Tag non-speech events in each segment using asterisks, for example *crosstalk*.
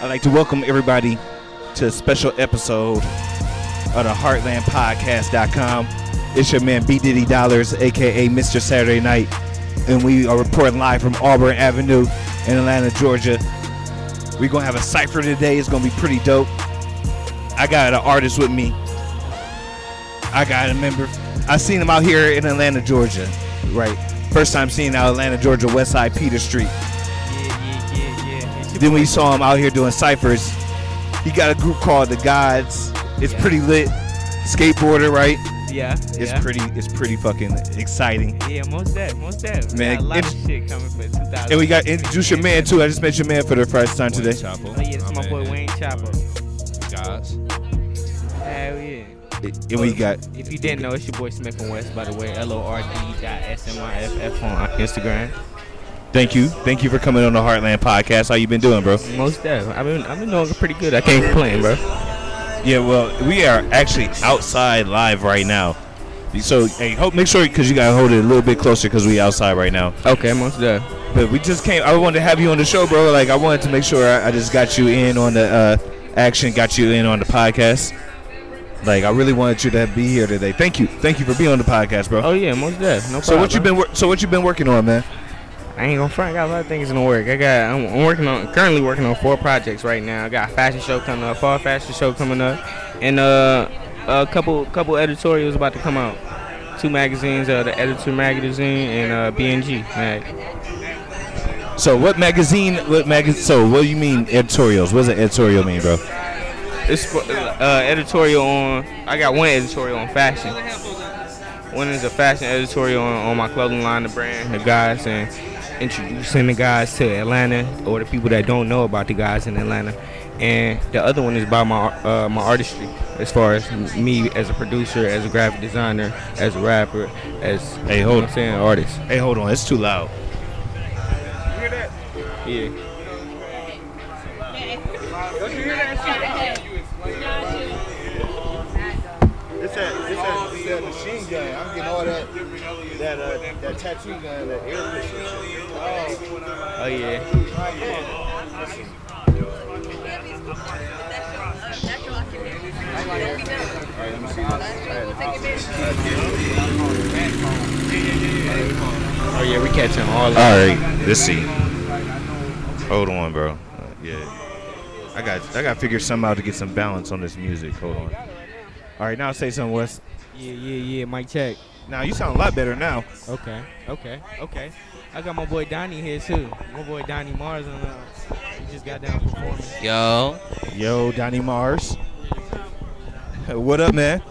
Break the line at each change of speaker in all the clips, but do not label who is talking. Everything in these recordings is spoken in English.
I'd like to welcome everybody to a special episode of the HeartlandPodcast.com. It's your man B Diddy Dollars, aka Mr. Saturday Night, and we are reporting live from Auburn Avenue in Atlanta, Georgia. We're gonna have a cipher today. It's gonna be pretty dope. I got an artist with me. I got a member. I seen him out here in Atlanta, Georgia. Right, first time seeing out Atlanta, Georgia, West Side, Peter Street.
Yeah, yeah, yeah, yeah. It's your
Then
boy.
we saw him out here doing ciphers. He got a group called The Gods. It's
Yeah.
pretty lit. Skateboarder, right?
Yeah,
It's
yeah.
pretty. It's pretty fucking exciting.
Yeah, most that, most that.
Man,
Man, got a lot
and-
of shit coming for 2000.
And we got introduce your man too. I just met your man for the first time today.
Oh yeah, this is my boy Wayne Chopper.
Guys,
Hell yeah.
And we got
If you didn't know, it's your boy Smith and West, by the way. L O R D dot S M I F F on Instagram.
thank you, thank you for coming on the Heartland podcast. How you been doing, bro?
Most that. I've been, I've been doing pretty good. I can't complain, bro.
Yeah, well, we are actually outside live right now. So hey, hope make sure because you gotta hold it a little bit closer because we outside right now.
Okay, most that.
But we just came. I wanted to have you on the show, bro. Like I wanted to make sure I, I just got you in on the uh, action, got you in on the podcast. Like I really wanted you to be here today. Thank you, thank you for being on the podcast, bro.
Oh yeah, most that. No problem.
so what you
bro.
been? Wor- so what you been working on, man?
I ain't gonna front. I got a lot of things in the work. I got. I'm, I'm working on. Currently working on four projects right now. I got a fashion show coming up. Fall fashion show coming up, and uh, a couple couple editorials about to come out. Two magazines. Uh, the Editor Magazine and uh, BNG Mag.
So what magazine? What magazine? So what do you mean editorials? What does an editorial mean, bro?
It's for- uh, editorial on. I got one editorial on fashion. One is a fashion editorial on, on my clothing line, the brand, the guys, and introducing the guys to Atlanta or the people that don't know about the guys in Atlanta. And the other one is about my uh, my artistry, as far as m- me as a producer, as a graphic designer, as a rapper, as
Hey,
you know
hold-
what I'm saying, an artist.
Hey, hold on, it's too loud.
Yeah.
It's that, it's
Oh,
that, it's that machine gun. I'm getting all that, that, uh, that tattoo gun, that air pistol shit.
Oh yeah. Oh yeah. We catching all.
All right, let's see. Hold on, bro. Uh, yeah, I got I got to figure something out to get some balance on this music. Hold on. All right, now say something, Wes.
Yeah, yeah, yeah. Mike check.
Now you sound a lot better now.
Okay, okay, okay. I got my boy Donnie here too. My boy Donnie Mars on. Uh, he just got down performing.
Yo.
Yo, Donnie Mars. *laughs* What up, man?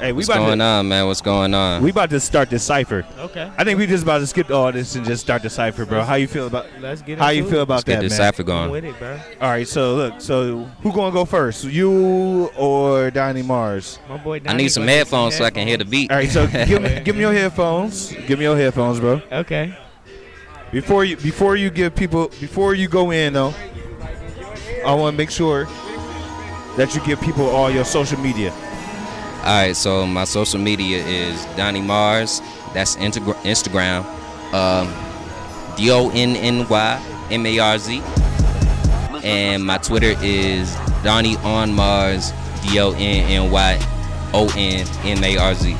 Hey, we
What's
about
going
to,
on, man? What's going on?
we about to start this cipher.
Okay.
I think we just about to skip all this and just start the cipher, bro. How you feel about
Let's get
how you feel about
Let's get
that,
this
man?
cipher
I'm
going.
with it, bro.
All right, so look, so who gonna go first, you or Donnie Mars?
My boy
I
Donnie.
need some
gonna get
headphones so I can hear the beat.
All right, so give me
*laughs*
give me your headphones. Give me your headphones, bro.
headphones. Okay.
Before you before you give people before you go in though, I want to make sure that you give people all your social media.
All right, so my social media is Donnie Mars. That's integra- Instagram. Um, D O N N Y M A R Z. And my Twitter is Donnie on Mars. D O N N Y O N M A R Z.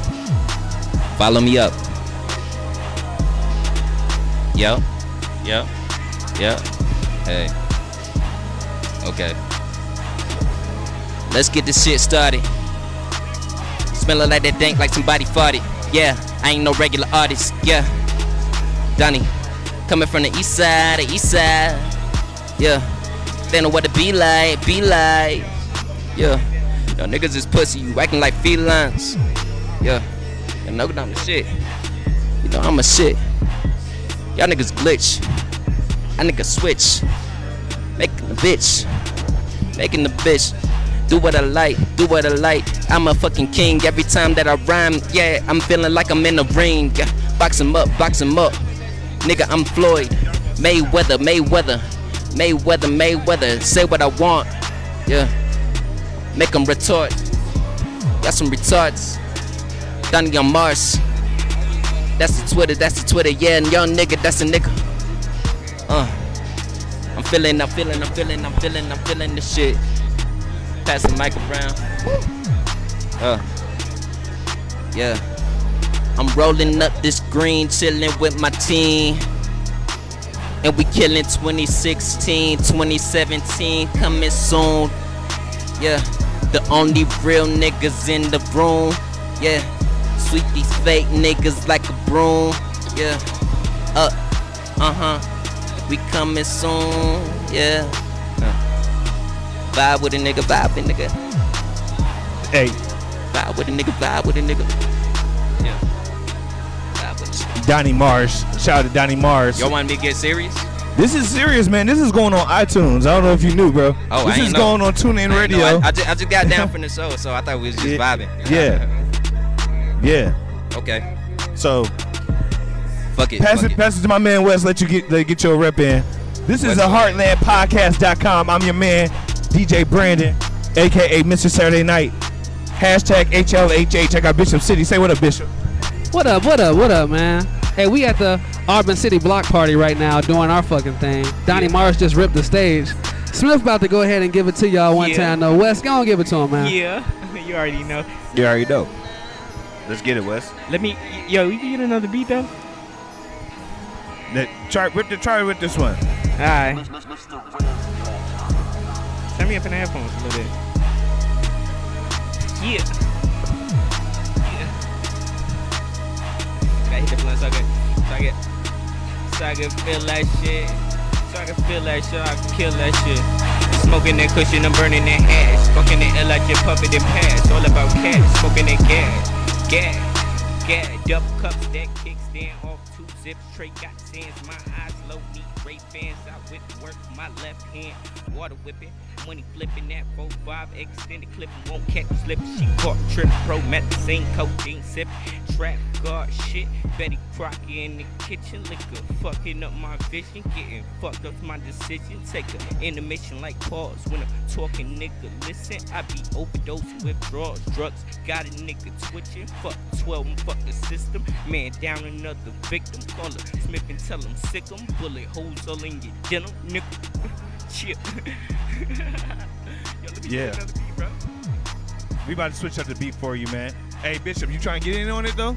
Follow me up. Yo. Yo. Yo. Hey. Okay. Let's get this shit started. Smelling like that dank like somebody farted. Yeah, I ain't no regular artist. Yeah, Donnie, coming from the east side, the east side. Yeah, they know what to be like, be like. Yeah, y'all niggas is pussy, you acting like felines. Yeah, and no down the shit. You know I'm a shit. Y'all niggas glitch. I nigga switch. Making the bitch making the bitch. Do what I like, do what I like. I'm a fucking king every time that I rhyme. Yeah, I'm feeling like I'm in the ring. Yeah, Box him up, box him up. Nigga, I'm Floyd. Mayweather, Mayweather. Mayweather, Mayweather. Say what I want. Yeah. Make them retort. Got some retards. Donnie on Mars. That's the Twitter, that's the Twitter. Yeah, and young nigga, that's a nigga. Uh. I'm I'm feeling, I'm feeling, I'm feeling, I'm feeling, I'm feeling this shit. Pass the mic around. Uh, yeah. I'm rolling up this green, chilling with my team. And we killing 2016, 2017, coming soon. Yeah, the only real niggas in the room. Yeah, sweep these fake niggas like a broom. Yeah, up, uh huh. We coming soon. Yeah. Uh. Vibe with a nigga, vibe with a nigga.
Hey,
Vibe with a nigga, vibe with a nigga. Yeah. Vibe with
Donnie Mars. Shout out to Donnie Mars.
Y'all want me to get serious?
This is serious, man. This is going on iTunes. I don't know if you knew, bro.
Oh, I
this
ain't
is
know.
going on TuneIn
I ain't
Radio.
know. I, I, just, I just got down from the show, so I thought we was just
Yeah.
vibing.
*laughs* Yeah. yeah.
Okay.
So
Fuck it.
pass
fuck
it, pass it to my man Wes. Let you get let, get your rep in. This is a heartlandpodcast.com. I'm your man, DJ Brandon, aka Mr. Saturday Night. Hashtag HLHA. Check out Bishop City. Say what up, Bishop.
What up, what up, what up, man? Hey, we at the Auburn City Block Party right now doing our fucking thing. Donnie Mars just ripped the stage. Smith about to go ahead and give it to y'all one
Yeah.
time, though. Wes, go on give it to him, Oh, man.
Yeah, *laughs* you already know.
You already know. Let's get it, Wes.
Let me, yo, you can get another beat though.
Let, try with the try with this one.
All right. Turn me up in the headphones a little bit. Yeah. Yeah. Gotta hit the blunt so I can, so I can, so I can feel that shit. So I can feel that shit. I can kill that shit. Smoking that cushion, I'm burning that hash. Fucking that L like your puppet and pass. All about cash. Smoking that gas. Gas. Gas. Double cups that kickstand off two zip tray. Got sands. My eyes low. Need ray fans. I whip work my left hand. Water whipping. Money flipping that 4-5 extended clip won't catch slip. She caught trip, pro medicine, codeine sip, trap guard shit. Betty Crocker in the kitchen, liquor fucking up my vision, getting fucked up my decision. Take a intermission like pause when I'm talking, nigga. Listen, I be overdose, withdrawals, drugs. Got a nigga twitching, fuck 12 and fuck the system. Man down another victim, call her Smith and tell him sick 'em. Bullet holes all in your denim, nigga. *laughs* Chip. Yo, let me
Yeah.
yeah. another beat, bro.
We about to switch up the beat for you, man. Hey, Bishop, you trying to get in on it though?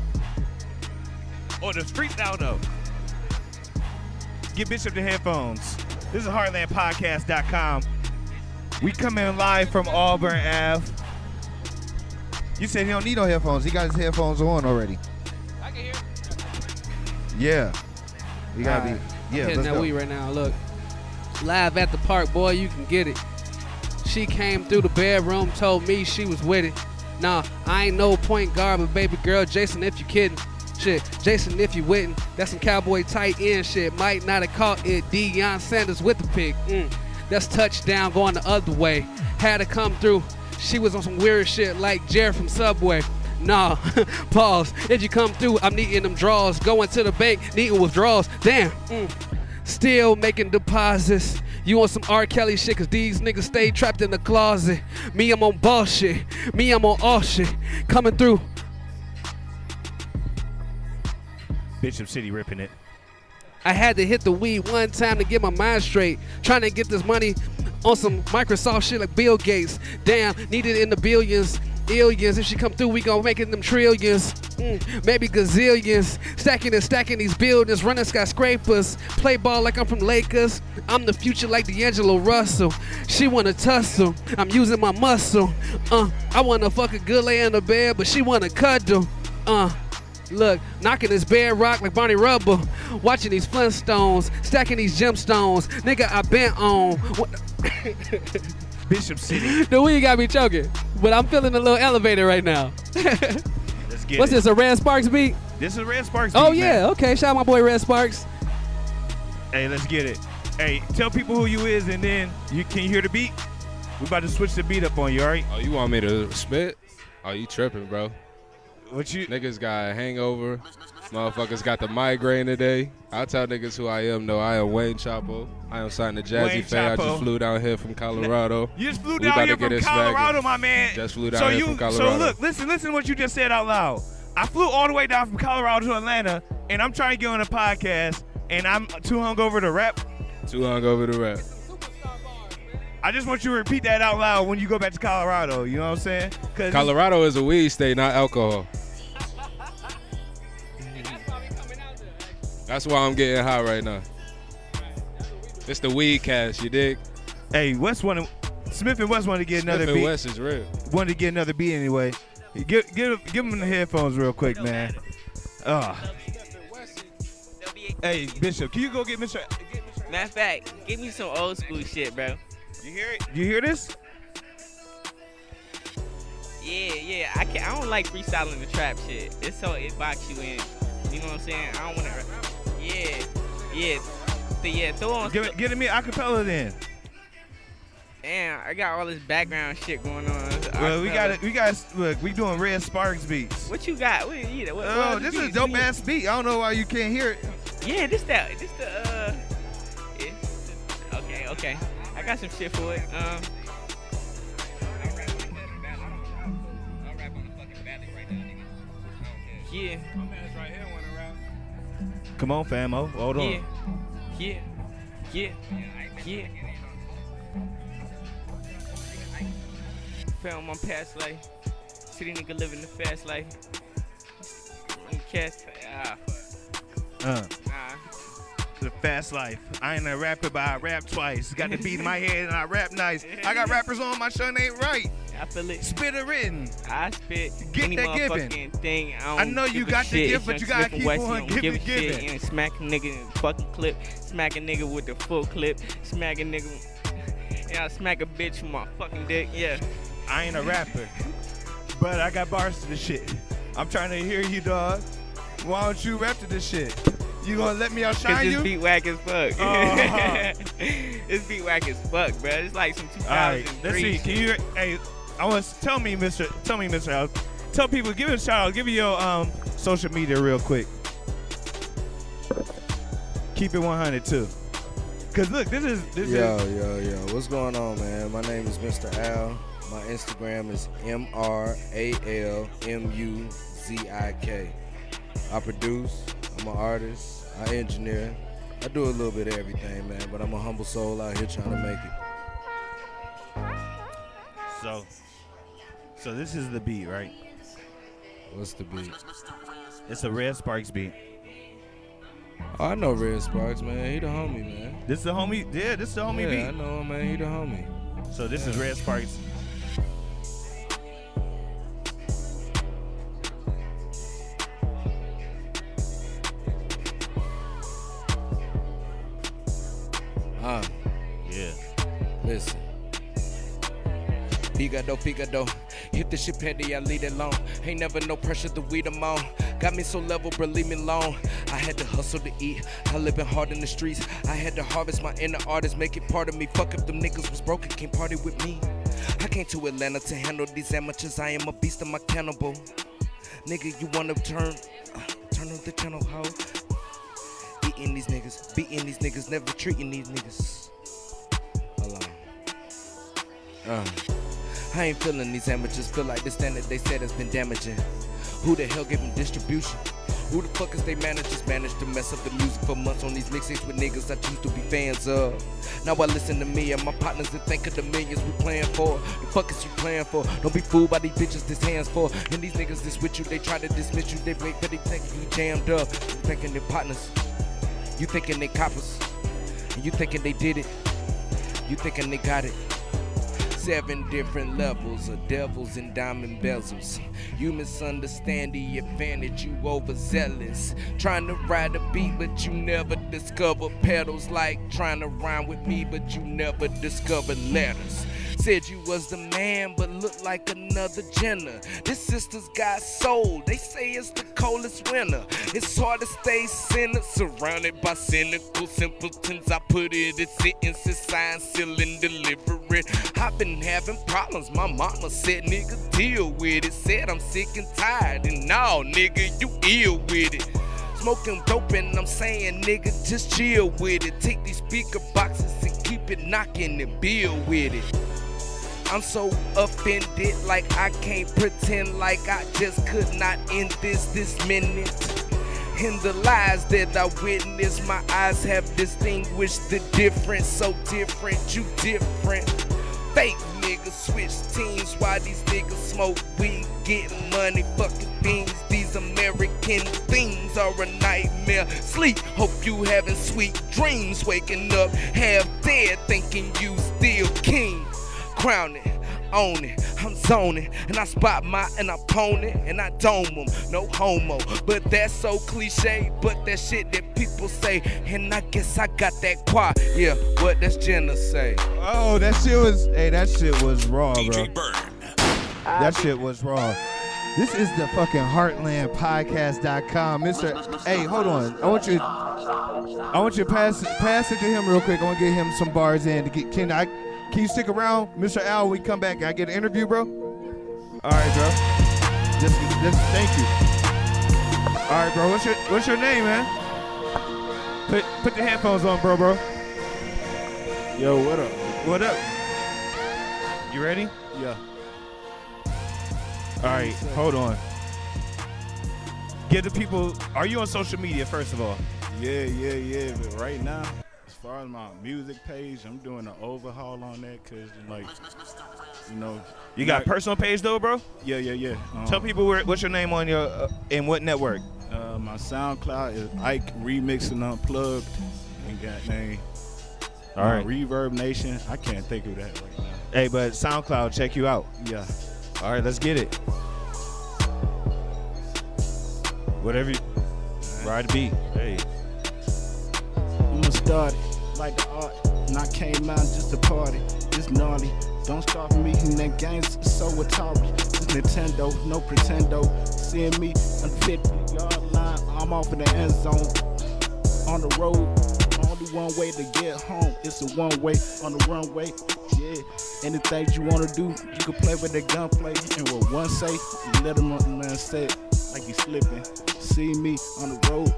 Or the street now though? Get Bishop the headphones. This is HeartlandPodcast.com. We come in live from Auburn Ave.
You said he don't need no headphones. He got his headphones on already. Yeah. You gotta
Alright.
be. Yeah.
hitting
Let's
that
go.
weed right now. Look, live at the park, boy, you can get it. She came through the bedroom, told me she was with it. Nah, I ain't no point guard, but baby girl, Jason, if you kidding. Shit, Jason, if you wouldn't, that's some cowboy tight end shit. Might not have caught it. Deion Sanders with the pick. Mm, that's touchdown going the other way. Had to come through. She was on some weird shit like Jared from Subway. Nah, *laughs* pause. If you come through, I'm needing them draws. Going to the bank, needing withdrawals. Damn. Mm. Still making deposits. You on some R. Kelly shit, cause these niggas stay trapped in the closet. Me, I'm on bullshit. Me, I'm on all shit. Coming through.
Bishop City ripping it.
I had to hit the weed one time to get my mind straight. Trying to get this money on some Microsoft shit like Bill Gates. Damn, needed in the billions, illions. If she come through, we gon' make it in them trillions. Mm, maybe gazillions. Stacking and stacking these buildings, running skyscrapers. Play ball like I'm from Lakers. I'm the future like D'Angelo Russell. She wanna tussle. I'm using my muscle. Uh, I wanna fuck a good lay in the bed, but she wanna cuddle. Uh, Look, knocking this bedrock like Barney Rubble. Watching these Flintstones, stacking these gemstones. Nigga, I bent on. What-
Bishop City.
*laughs* The weed got me choking, but I'm feeling a little elevated right now. *laughs*
Let's get
What's
it.
this, a Red Sparks beat?
This is Red Sparks.
Oh,
beat,
yeah,
man.
okay. Shout out my boy Red Sparks.
Hey, let's get it. Hey, tell people who you is and then you can you hear the beat? We about to switch the beat up on you, all right?
Oh, you want me to spit? Oh, you tripping, bro.
What you
Niggas got a hangover. Motherfuckers got the migraine today. I tell niggas who I am, though. I am Wayne Chapo. I am signed to Jazzy
Wayne
Faye. I
Chapo.
just flew down here from Colorado.
You just flew
We
down
about
here
to get
from
this back.
Colorado, my man.
Just flew down
so
here
you,
from Colorado.
So look, listen, listen to what you just said out loud. I flew all the way down from Colorado to Atlanta, and I'm trying to get on a podcast, and I'm too hungover to rap.
Too long over the rap.
I just want you to repeat that out loud when you go back to Colorado. You know what I'm saying? 'Cause-
Colorado is a weed state, not alcohol. That's why I'm getting high right now. It's the weed cash, you dig?
hey, West wanted Smith and West wanted to get another
Smith and
beat.
West is real.
Wanted to get another beat anyway. Give give give him the headphones real quick, man. Ugh. Hey Bishop, can you go get Mr.
Matter of fact, give me some old school shit, bro.
You hear it? You hear this?
Yeah, yeah. I can I don't like freestyling the trap shit. It's so it box you in. You know what I'm saying? I don't wanna Yeah. Yeah. So yeah, throw on
Give it, get him in acapella then.
Damn, I got all this background shit going on.
Well, we got it. We got look. We doing Red Sparks beats.
What you got? What, you know, what, what
Oh,
other
this is a
beats?
dope
Yeah.
ass beat. I don't know why you can't hear it.
Yeah, this that this the uh it's, okay, okay. I got some shit for it. Um Yeah,
Come on, famo. Hold on.
yeah, yeah, yeah, yeah. Found my past life. See the nigga living the fast life. Cast, ah,
Uh,
nah.
the fast life. I ain't a rapper, but I rap twice. Got the beat in my head and I rap nice. I got rappers on my show and ain't right.
I feel it.
Spit it written.
I spit
Get
any
that
motherfucking
giving.
thing. I, don't
I know you
give a
got the
shit.
gift,
It's
but
Young
you gotta
Smith and
keep
Wesson.
on
Don't
giving,
give a shit.
giving.
And smack a nigga in the fucking clip. Smack a nigga with the full clip. Smack a nigga. And I smack a bitch with my fucking dick. Yeah.
I ain't a
*laughs*
rapper, but I got bars to the shit. I'm trying to hear you, dog. Why don't you rap to this shit? You gonna let me
Cause
outshine
this
you?
beat whack as fuck. *laughs*
Uh-huh.
this beat whack as fuck, bro. It's like some
All right,
2003.
let's see. Can you? Hey, I want to tell me, Mister. Tell me, Mister. Al- Tell people. Give it a shout out. Give me your um social media real quick. Keep it 100 too. Cause look, this is this
Yo,
is.
yo, yo. What's going on, man? My name is Mr. Al. My Instagram is M R A L M U Z I K. I produce, I'm an artist, I engineer. I do a little bit of everything, man, but I'm a humble soul out here trying to make it.
So, so this is the beat, right?
What's the beat?
It's a Red Sparks beat.
Oh, I know Red Sparks, man. He the homie, man.
This is the homie. Yeah, this is the homie
yeah, I
beat.
know him, man. He the homie.
So this is Red Sparks.
Ah,
Yeah.
Listen. Bigado, bigado. Hit the shit petty, I lead it long. Ain't never no pressure to weed them on. Got me so level, but leave me alone. I had to hustle to eat. I living hard in the streets. I had to harvest my inner artist, make it part of me. Fuck if them niggas was broken, can't party with me. I came to Atlanta to handle these amateurs. I am a beast, I'm a cannibal. Nigga, you wanna turn, uh, turn up the channel, hoe? Eating these niggas, beating these niggas, never treating these niggas alone. Uh, I ain't feeling these amateurs. Feel like the standard they said has been damaging. Who the hell gave them distribution? Who the fuck is they managers? Managed to mess up the music for months on these mixtapes with niggas I choose to be fans of. Now I listen to me and my partners and think of the millions we playing for. The fuck is you playing for? Don't be fooled by these bitches this hands for. And these niggas this with you, they try to dismiss you. They wait for they think you jammed up. You thinking they partners. You thinking they coppers. And you thinking they did it. You thinking they got it? Seven different levels of devils and diamond bezels. You misunderstand the advantage, you overzealous. Trying to ride a beat, but you never discover pedals. Like trying to rhyme with me, but you never discover letters. Said you was the man, but look like another Jenner. This sister's got soul. They say it's the coldest winter. It's hard to stay centered, surrounded by cynical simpletons. I put it in sentences, sign, seal, and deliver it. I've been having problems. My mama said, nigga, deal with it. Said I'm sick and tired, and now, nigga, you ill with it. Smoking dope and I'm saying, nigga, just chill with it. Take these speaker boxes and keep it knocking and build with it. I'm so offended, like I can't pretend like I just could not end this this minute. In the lies that I witnessed, my eyes have distinguished the difference. So different, you different. fake niggas switch teams. Why these niggas smoke weed, get money, fucking things. These American things are a nightmare. Sleep, hope you having sweet dreams. Waking up half dead, thinking you still king. Crown it, own it, I'm zoning, and I spot my an opponent, and I dome him, no homo. But that's so cliche, but that shit that people say, and I guess I got that quad. Yeah, what does
*laughs*
Jenna say?
Oh, that shit was. Hey, that shit was raw, bro.
DJ Burn.
That shit was raw. This is the fucking heartlandpodcast.com. Mr. Hey, hold on. I want you I want you to pass pass it to him real quick. I want to get him some bars in to get can I can you stick around, Mr. Al, when we come back? Can I get an interview, bro? All right, bro. Just, just thank you. All right, bro. What's your what's your name, man? Put put the headphones on, bro, bro.
Yo, what up?
What up? You ready?
Yeah.
All right, hold on. Get the people. Are you on social media first of all?
Yeah, yeah, yeah. But right now, as far as my music page, I'm doing an overhaul on that because, like, you know.
You got a personal page though, bro.
Yeah, yeah, yeah. Um,
Tell people where, what's your name on your uh, and what network.
Uh, my SoundCloud is Ike Remix and Unplugged. And got name. Um,
All right.
uh, Reverb Nation. I can't think of that right now.
Hey, but SoundCloud, check you out.
Yeah.
All right, let's get it. Whatever. You, ride the beat. Hey.
I'ma start it like the art. And I came out just to party. It's gnarly. Don't stop me in that game's so Atari. It's Nintendo, no pretendo. Seeing me on the 50 yard line, I'm off in the end zone. On the road, only one way to get home. It's a one way on the runway. Yeah, anything you wanna do, you can play with the gunplay. And with one say, you let him man say it like you slipping. See me on the road,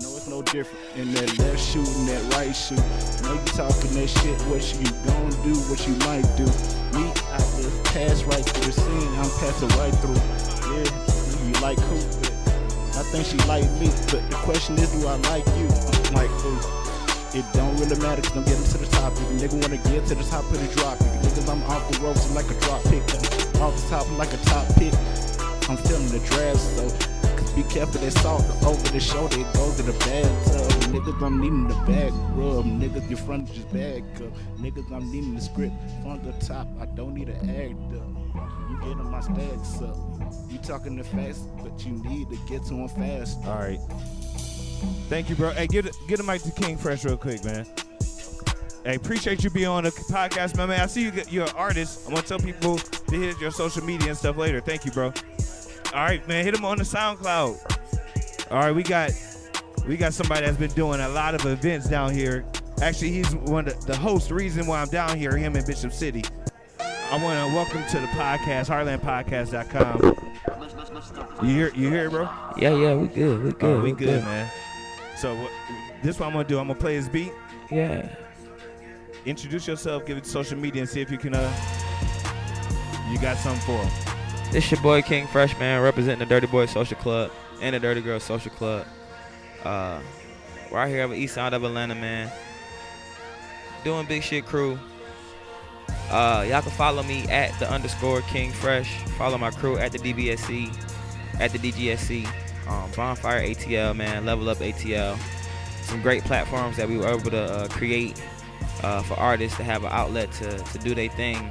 no, it's no different. In that left shoe and that right shoe. Know you talking that shit, what you gonna do, what you might do. Me, I just pass right through the scene, I'm passing right through. Yeah, you like who? But I think she like me, but the question is, do I like you? I'm like who? It don't really matter, cause I'm getting to the top. If a nigga wanna get to the top of the drop, if niggas, I'm off the ropes, I'm like a drop pick. I'm off the top, I'm like a top pick. I'm feeling the draft, so be careful, they salt over the shoulder, it goes to the bathtub. Niggas, I'm needing the bag rub. Niggas, your front is just bag up. Niggas, I'm needing the script from the top. I don't need an actor. You getting my stacks up. You talking the fast, but you need to get to them fast.
All right. Thank you, bro. Hey, get get a mic to King Fresh real quick, man. Hey, appreciate you being on the podcast, my man. I see you, get- you're an artist. I'm gonna tell people to hit your social media and stuff later. Thank you, bro. All right, man. Hit them on the SoundCloud. All right, we got we got somebody that's been doing a lot of events down here. Actually, he's one of the, the host. Reason why I'm down here, him in Bishop City. I want to welcome to the podcast, HeartlandPodcast.com. You hear, you hear, it, bro?
Yeah, yeah, we good. We
Oh,
good.
we good, man. So what, this what I'm gonna do. I'm gonna play his beat.
Yeah.
Introduce yourself. Give it to social media and see if you can. Uh, you got something for him.
This your boy King Freshman representing the Dirty Boy Social Club and the Dirty Girl Social Club. Uh, we're out here on the east side of Atlanta, man. Doing big shit crew. Uh, y'all can follow me at the underscore King Fresh. Follow my crew at the DBSC, at the DGSC, um, Bonfire ATL, man. Level Up ATL. Some great platforms that we were able to uh, create uh, for artists to have an outlet to, to do their thing.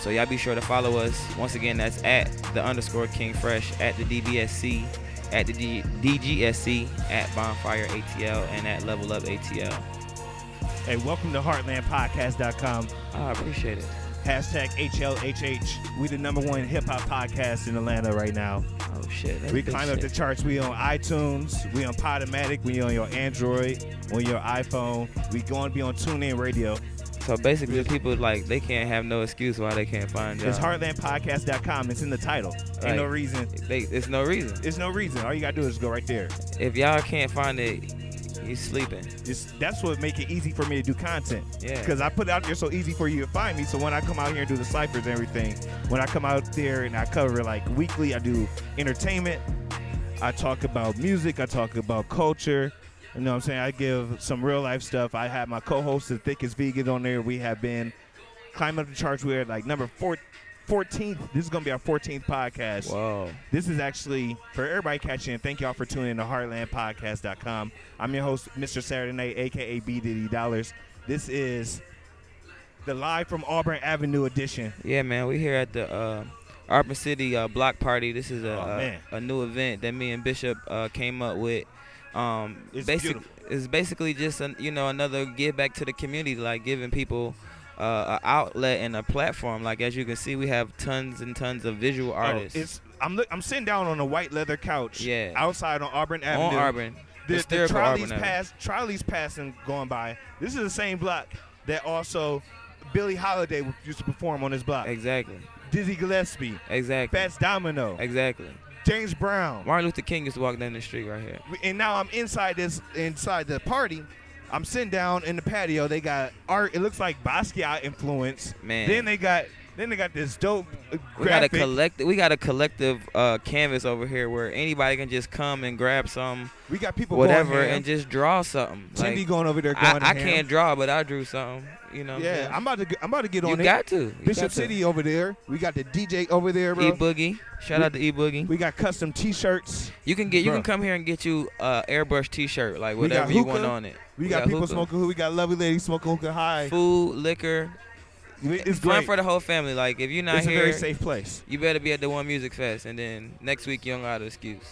So y'all be sure to follow us. Once again, that's at the underscore King Fresh, at the DBSC, at the D- DGSC, at Bonfire ATL, and at Level Up ATL.
Hey, welcome to HeartlandPodcast.com.
I appreciate it.
Hashtag HLHH. We the number one hip hop podcast in Atlanta right now.
Oh shit. that's
We
big
climb up the
shit.
charts. We on iTunes. We on Podomatic. We on your Android. On your iPhone. We going to be on TuneIn Radio.
So basically, the people like they can't have no excuse why they can't find y'all.
It's HeartlandPodcast.com. It's in the title. Ain't no
Right.
reason.
They, it's no reason.
It's no reason. All you gotta do is go right there.
If y'all can't find it, you sleeping.
It's, that's what make it easy for me to do content.
Yeah.
Because I put it out there so easy for you to find me. So when I come out here and do the ciphers and everything, when I come out there and I cover like weekly, I do entertainment. I talk about music. I talk about culture. You know what I'm saying? I give some real life stuff. I have my co-hosts, The Thickest Vegan, on there. We have been climb up the charts. We're at like number four, 14th. This is going to be our 14th podcast.
Whoa.
This is actually for everybody catching in. Thank y'all for tuning in to HeartlandPodcast.com. I'm your host, Mr. Saturday Night, aka B Diddy Dollars. This is the live from Auburn Avenue edition.
Yeah, man, we here at the uh, Auburn City uh, Block Party. This is a,
Oh, man.
a a new event that me and Bishop uh, came up with. Um,
It's
basic,
beautiful.
it's basically just an, you know another give back to the community, like giving people uh, an outlet and a platform. Like as you can see, we have tons and tons of visual artists.
Oh, it's I'm look, I'm sitting down on a white leather couch.
Yeah.
Outside on Auburn
on
Avenue.
Auburn.
The, the
Hysterical
trolleys
Auburn Avenue.
pass trolleys passing going by. This is the same block that also Billie Holiday used to perform on this block.
Exactly.
Dizzy Gillespie,
Exactly.
Fats Domino,
Exactly.
James Brown.
Martin Luther King used to walk down the street right here.
and now I'm inside this inside the party. I'm sitting down in the patio. They got art. It looks like Basquiat influence.
Man.
Then they got then they got this dope uh,
We got a
graphic.
collect. We got a collective uh, canvas over here where anybody can just come and grab some
we got people
whatever
going ham.
and just draw something.
Tim be
Like,
going over there. Going
I, I
ham.
can't draw, but I drew something. You know. what
Yeah, I'm about to get- I'm about to get
saying?
on it.
you got to. You
Bishop
got to.
City over there. We got the DJ over there, bro.
E Boogie. Shout out to E Boogie.
We got custom T-shirts.
You can get. You
Bruh.
can come here and get you uh, airbrush T-shirt, like
We got
whatever you want
hookah.
on it.
We, got, people
hookah.
smoking. hookah. We got lovely ladies smoking hookah high.
Food, liquor.
It's
It's fun
great.
for the whole family. Like if you're not
it's a
here,
very safe place.
you better be at the One Music Fest, and then next week you don't got an excuse.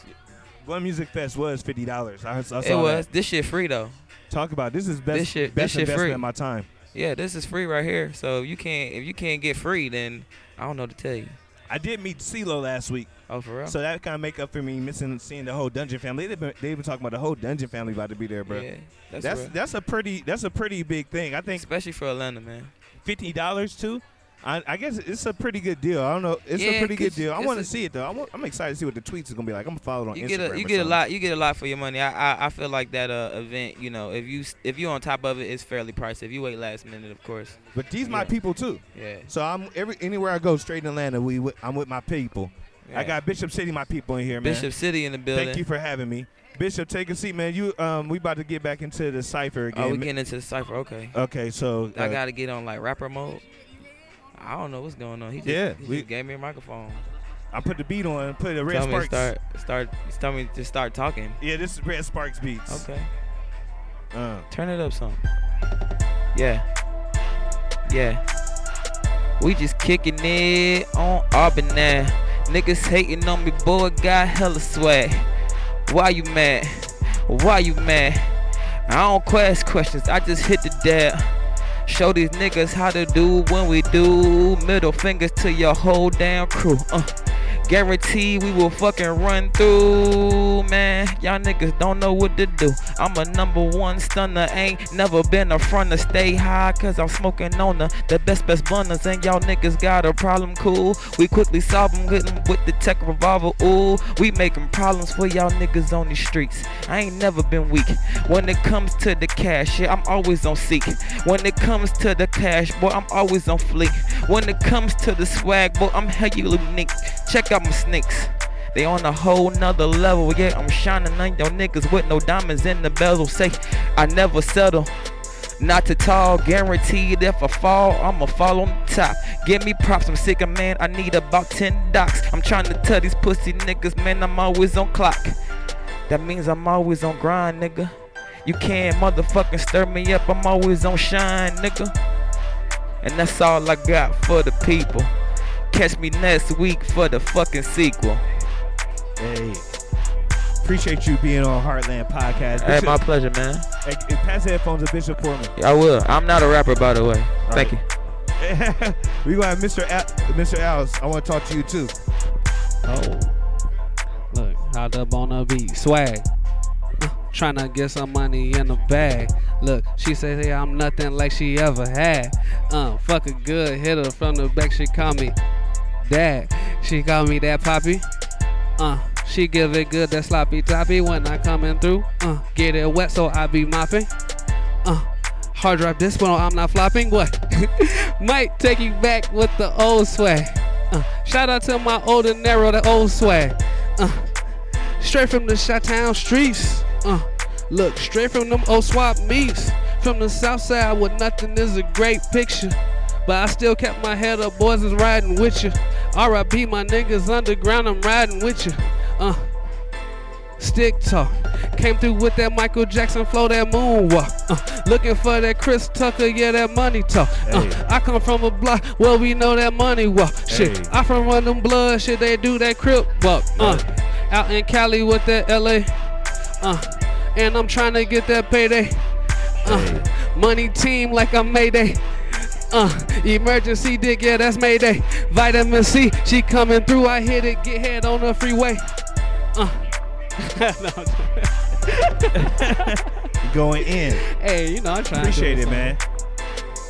One Music Fest was fifty dollars. I, I saw
It was.
that.
This shit free though.
Talk about this is best
This shit-
best
this shit
investment
free.
of my time.
Yeah, this is free right here. So you can't if you can't get free, then I don't know what to tell you.
I did meet CeeLo last week,
Oh, for real?
so that kind of make up for me missing seeing the whole Dungeon family. They've been, they've been talking about the whole Dungeon family about to be there, bro.
Yeah, that's,
that's
real.
that's a pretty that's a pretty big thing. I think
especially for Atlanta, man.
fifty dollars too. I, I guess it's a pretty good deal. I don't know. It's a
Yeah,
pretty good
'cause
deal. I
it's
want to
a-
see it though. I want, I'm excited to see what the tweets is gonna be like. I'm gonna follow it on
You
Instagram.
get a you
or
get a
something.
lot you get a lot for your money. I I, I feel like that uh, event, you know, if you s- if you on top of it, it's fairly priced. If you wait last minute, of course.
But these my
Yeah.
people too.
Yeah.
So I'm every anywhere I go, straight in Atlanta, we wi- I'm with my people.
yeah.
I got Bishop City, my people in here, man.
Bishop City in the building.
Thank you for having me, Bishop. Take a seat, man. You um, we about to get back into the cipher again.
oh, we getting into the cipher. Okay.
okay, so uh,
I gotta get on like rapper mode. I don't know what's going on. He just,
Yeah,
he
we-
just gave me a microphone.
I put the beat on, put the red
Tell me to
sparks.
start start tell me to start talking.
Yeah, this is red sparks beats.
Okay.
Uh,
Turn it up some. Yeah. Yeah. We just kicking it on Auburn now. Niggas hating on me, boy, got hella swag. Why you mad? Why you mad? I don't ask questions, I just hit the dab. Show these niggas how to do when we do. Middle fingers to your whole damn crew. Uh. Guarantee we will fucking run through, man. Y'all niggas don't know what to do. I'm a number one stunner, ain't never been a fronter. Stay high, cause I'm smoking on the, the best, best bunners. And y'all niggas got a problem, cool. We quickly solve them, hit 'em with the tech revolver, ooh. We making problems for y'all niggas on these streets. I ain't never been weak. When it comes to the cash, yeah, I'm always on seek. When it comes to the cash, boy, I'm always on fleek. When it comes to the swag, boy, I'm hella unique. Check out my sneaks. They on a whole nother level, yeah. I'm shining on y'all niggas with no diamonds in the bezel. Say, I never settle. Not too tall, guaranteed if I fall, I'ma fall on top. Give me props, I'm sick of man, I need about 10 docs. I'm trying to tell these pussy niggas, man, I'm always on clock. That means I'm always on grind, nigga. You can't motherfucking stir me up, I'm always on shine, nigga. And that's all I got for the people. Catch me next week for the fucking sequel.
hey, appreciate you being on Heartland Podcast.
Hey,
Bishop,
my pleasure, man.
hey, hey, pass the headphones to Bishop for me.
I will. I'm not a rapper, by the way. Thank you.
*laughs* we gonna have Mr. Al- Mr. Alice. I want to talk to you too.
Oh. Look, hot up on the beat. Swag. Trying to get some money in the bag. Look, she says, hey, I'm nothing like she ever had. Uh, fuck a good hitter from the back. She call me dad. She call me that poppy. Uh, she give it good, that sloppy toppy when I coming through. Uh, get it wet so I be mopping. Uh, hard drive this one, I'm not flopping. What? *laughs* Might take you back with the old swag. Uh, shout out to my old and narrow, the old swag. Uh, straight from the Chi-Town streets. Uh, look, straight from them old swap meets. From the south side where nothing is a great picture. But I still kept my head up, boys is riding with you. R.I.B. my niggas underground, I'm riding with you. Uh, stick talk. Came through with that Michael Jackson flow, that moonwalk. Uh, looking for that Chris Tucker, yeah, that money talk. Uh,
Hey.
I come from a block where we know that money walk. Shit,
Hey.
I from one of them blood shit, they do that crip walk. Uh, out in Cali with that LA. Uh, and I'm trying to get that payday. Uh, money team like I'm Mayday. Uh, emergency dick, yeah, that's Mayday. Vitamin C, she coming through. I hit it, get head on the freeway. Uh, no,
*laughs*
Uh.
Going in.
hey, you know I'm trying. to do
Appreciate it,
something.
man.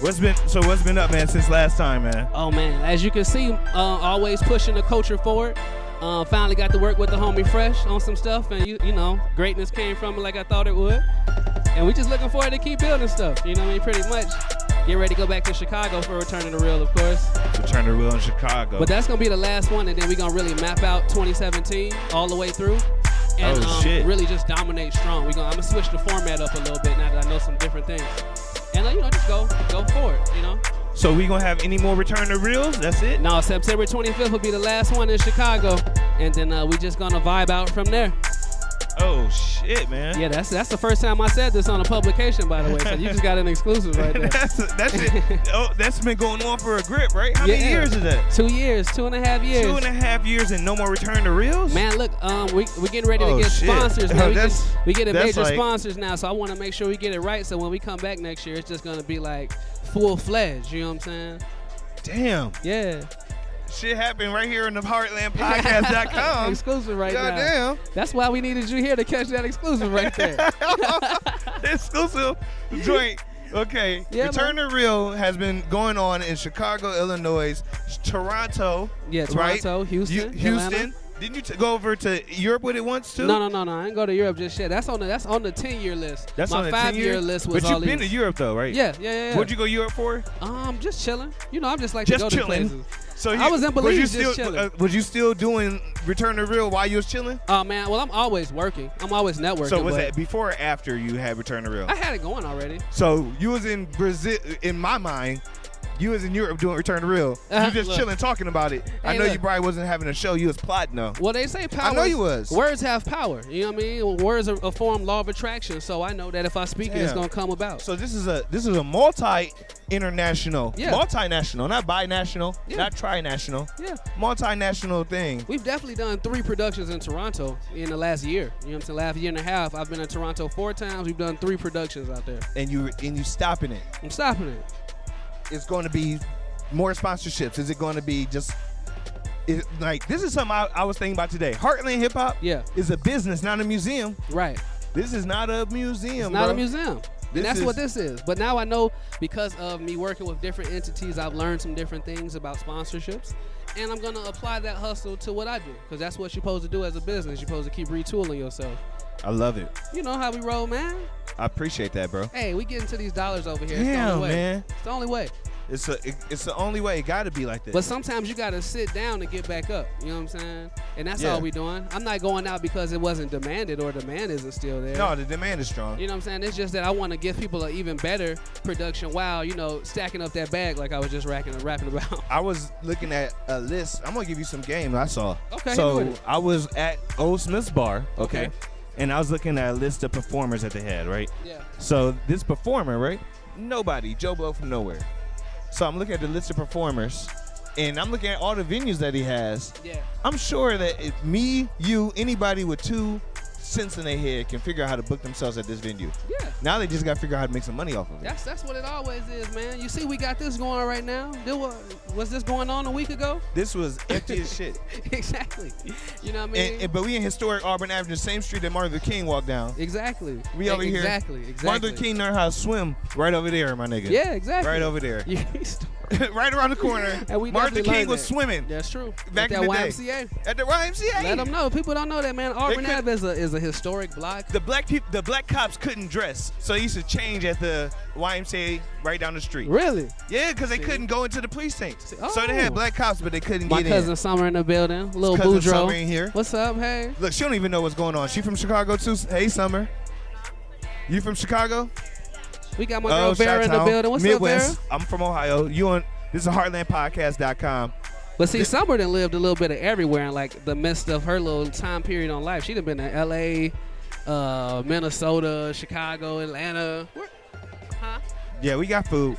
What's been so? What's been up, man, since last time, man?
Oh man, as you can see, uh, always pushing the culture forward. Uh, finally got to work with the homie Fresh on some stuff, and you, you know, greatness came from it like I thought it would. And we just looking forward to keep building stuff. You know what I mean? Pretty much. Get ready to go back to Chicago for Return of the Real, of course.
Return to real in Chicago.
But that's gonna be the last one, and then we're gonna really map out 2017 all the way through, and
Oh,
um,
shit.
really just dominate strong. We're gonna I'm gonna switch the format up a little bit now that I know some different things, and uh, you know just go go forward. You know,
so we
*laughs*
gonna have any more return to reels? That's it.
now September 25th will be the last one in Chicago, and then uh, we just gonna vibe out from there.
Oh shit, man.
Yeah, that's that's the first time I said this on a publication, by the way. So you just got an exclusive right
*laughs*
there.
that's that's it. Oh, that's been going on for a grip, right? How many
Yeah.
years is that?
Two years, two and a half years.
Two and a half years and no more return to reels.
Man, look, um, we we getting ready
Oh,
to get
shit. *laughs*
sponsors now. We,
That's-
get, we getting
that's
major
like-
sponsors now, so I want to make sure we get it right. So when we come back next year, it's just gonna be like full fledged. You know what I'm saying?
Damn,
Yeah,
shit happened right here in the *laughs* HeartlandPodcast.com.
*laughs* exclusive right now.
Goddamn,
That's why we needed you here to catch that exclusive
*laughs*
right there.
exclusive joint. Okay,
Yeah,
Return to Real has been going on in Chicago, Illinois, Toronto.
Yeah,
right?
Toronto, Houston,
You- Houston.
Atlanta.
Didn't you t- go over to Europe with it once too?
No, no, no, no. I didn't go to Europe just yet. That's on the that's on the ten year list.
That's
My
on a
five
10-year?
list
But
was all
you've been to
these.
Europe though, right?
Yeah, yeah, yeah. yeah.
What'd you go Europe for?
Um, just chilling. You know, I'm just like
Just
to go
chilling.
to places.
So
I was in
was you
Belize just
still,
chilling.
uh, was you still doing Return to Real while you was chilling?
Oh man, well I'm always working. I'm always networking.
so was
but
that before or after you had Return to Real?
I had it going already.
so you was in Brazil. In my mind, you was in Europe doing Return to Real.
Uh,
you just
look.
chilling, talking about it. I
Hey,
know
look.
you probably wasn't having a show. You was plotting though.
Well, they say power.
know you was.
Words have power. You know what I mean? Words are a form law of attraction. So I know that if I speak it, it's
Damn.
gonna come about.
So this is a this is a multi international,
Yeah.
multinational, not binational,
Yeah.
not trinational,
yeah,
multinational thing.
we've definitely done three productions in Toronto in the last year. You know what I'm saying? Last year and a half, I've been in Toronto four times. We've done three productions out there.
And you and you stopping it.
I'm stopping it.
It's going to be more sponsorships. Is it going to be just? Is, like this is something I, I was thinking about today. Heartland Hip Hop
Yeah.
is a business, not a museum.
Right.
This is not a museum.
It's not
bro.
a museum.
This
and that's what
is-
this is. But now I know because of me working with different entities, I've learned some different things about sponsorships. And I'm going to apply that hustle to what I do because that's what you're supposed to do as a business. You're supposed to keep retooling yourself.
I love it.
You know how we roll, man.
I appreciate that, bro.
Hey, we getting to these dollars over here. it's the
Damn,
only way.
man.
It's the only way.
It's a, it- it's the only way. It got to be like this.
But sometimes you gotta sit down to get back up. You know what I'm saying? And that's
Yeah.
all we doing. I'm not going out because it wasn't demanded or demand isn't still there.
no, the demand is strong.
You know what I'm saying? It's just that I want to give people an even better production while, you know, stacking up that bag like I was just racking and rapping about.
*laughs* I was looking at a list. I'm gonna give you some games I saw.
Okay,
So
hit me with it.
I was at Old Smith's bar. Okay.
Okay.
And I was looking at a list of performers that they had, right?
Yeah.
So this performer, right? Nobody, Joe Blow from nowhere. So I'm looking at the list of performers, and I'm looking at all the venues that he has.
Yeah.
I'm sure that if me, you, anybody with two cents in their head can figure out how to book themselves at this venue.
*laughs* Yeah.
Now they just gotta figure out how to make some money off of it.
That's that's what it always is, man. You see, we got this going right now. There was, was this going on a week ago? *laughs*
This was empty as shit.
exactly. You know what I mean?
And, and- but we in historic Auburn Avenue, same street that Martin Luther King walked down.
exactly.
We over here.
Exactly. Exactly.
Martin Luther King learned how to swim right over there, my nigga.
Yeah, exactly.
Right over there.
*laughs* Yeah,
*laughs*
*laughs* right around the corner.
*laughs* And we
Martin Luther
definitely
King
learned
was
that.
swimming
That's true.
Back
At
in the day.
that YMCA.
at the YMCA.
Let them know. People don't know that, man. Auburn
could-
Ave is a, is a historic block.
The black people, the black cops couldn't dress, so they used to change at the YMCA right down the street.
Really?
Yeah, because they couldn't go into the precinct. So they
Oh.
had black cops, but they couldn't
My
get
cousin Summer in the building. Little
Cousin
Boudreaux.
Summer in here.
What's up? Hey.
in. Look, she don't even know what's going on. She from Chicago too. Hey, Summer. You from Chicago?
We got my girl Vera in the
Chi-town,
building. What's
Midwest.
up,
I'm from Ohio. You on?
This is heartlandpodcast.com.
But see, Summer done lived a little bit of everywhere in like the midst of her little time period on life. She done been in L.A., uh, Minnesota, Chicago, Atlanta. Where- Huh?
Yeah, we got food.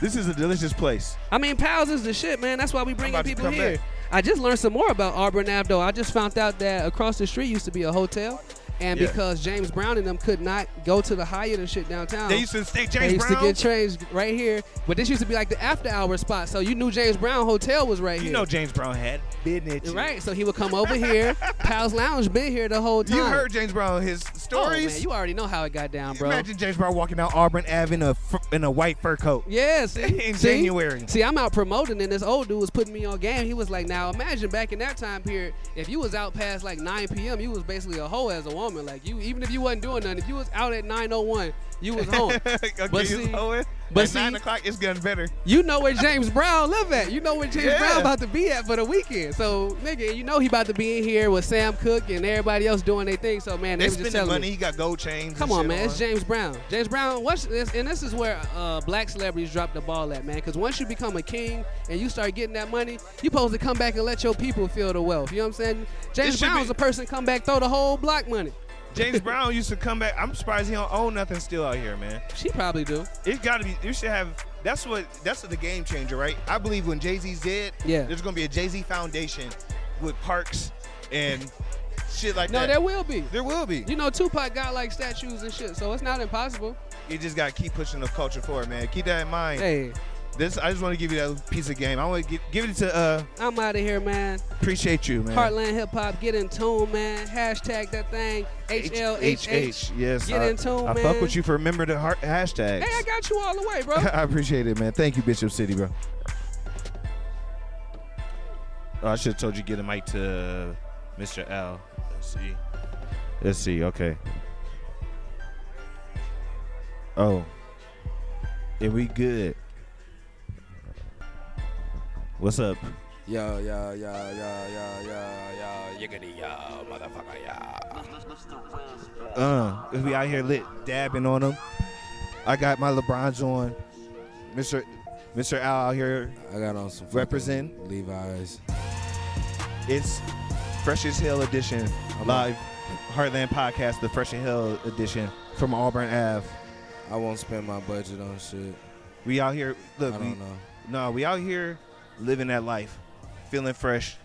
This is a delicious place.
I mean, pals is the shit, man. That's why we bringing
about to
people
come
here.
back.
I just learned some more about Auburn Ave, though. I just found out that across the street used to be a hotel, and
Yeah.
because James Brown and them could not go to the Hyatt and shit downtown,
They used to stay
they
James
used
Brown.
to get changed right here. But this used to be like the after hour spot, so you knew James Brown Hotel was right
you
here.
know James Brown had business.
right? So he would come over
*laughs*
here. Pals Lounge been here the whole time.
You heard James Brown his
oh,
stories.
man, you already know how it got down, bro.
Imagine James Brown walking down Auburn Ave in a fr- in a white
*laughs*
fur coat. *laughs*
Yeah, see,
In
see?
January.
See, I'm out promoting, and this old dude was putting me on game. He was like, "Now, imagine back in that time period, if you was out past like 9 p.m., you was basically a hoe as a woman. Like you, even if you wasn't doing nothing, if you was out at 9:01, you was
*laughs*
home.
okay,
But
you
see-
know it.
but
At
see-
nine o'clock, it's getting better.
you know where James Brown live at. You know where James
Yeah.
Brown about to be at for the weekend. So, nigga, you know he about to be in here with Sam Cook and everybody else doing their thing. So, man, they,
*laughs* They
was just
spending
telling
money.
me.
He got gold chains.
Come
and
on,
shit
man. It's James Brown. James Brown. What's this? And this is where uh, black celebrities drop the ball at, man. Because once you become a king and you start getting that money, you supposed to come back and let your people feel the wealth. You know what I'm saying? James
This should
Brown
be-
was a person come back throw the whole block money.
James Brown used to come back. I'm surprised he don't own nothing still out here, man.
She probably do.
It's got to be. You should have. That's what. That's the game changer, right? I believe when Jay Z's dead,
Yeah.
there's gonna be a Jay Z foundation with parks and shit like
No,
that.
there will be.
There will be.
You know, Tupac got like statues and shit, so it's not impossible.
You just gotta keep pushing the culture forward, man. Keep that in mind.
Hey,
This. I just want to give you that piece of game. I want to give, give it to. uh
I'm out of here, man.
Appreciate you, man.
Heartland Hip Hop, get in tune, man. Hashtag that thing. H L H H.
Yes.
Get
I,
in tune,
I
man.
fuck with you for remembering the heart hashtags.
Hey, I got you all the way, bro.
*laughs* I appreciate it, man. Thank you, Bishop City, bro. Oh, I should have told you get a mic to Mr. L. Let's see. Let's see. Okay. Oh. Yeah, we good. What's up?
Yo, yo, yo, yo, yo, yo, yo, yiggity, yo, motherfucker, yo.
Uh, if we out here lit dabbing on them. I got my LeBrons on. Mr. Mr. Al out here
I got on some fucking
Represent.
Levi's.
It's Fresh as Hell edition,
on.
live Heartland podcast, the Fresh as Hell edition from Auburn Ave.
I won't spend my budget on shit.
We out here,
I
look, we,
don't know.
no, we out here living that life, feeling fresh.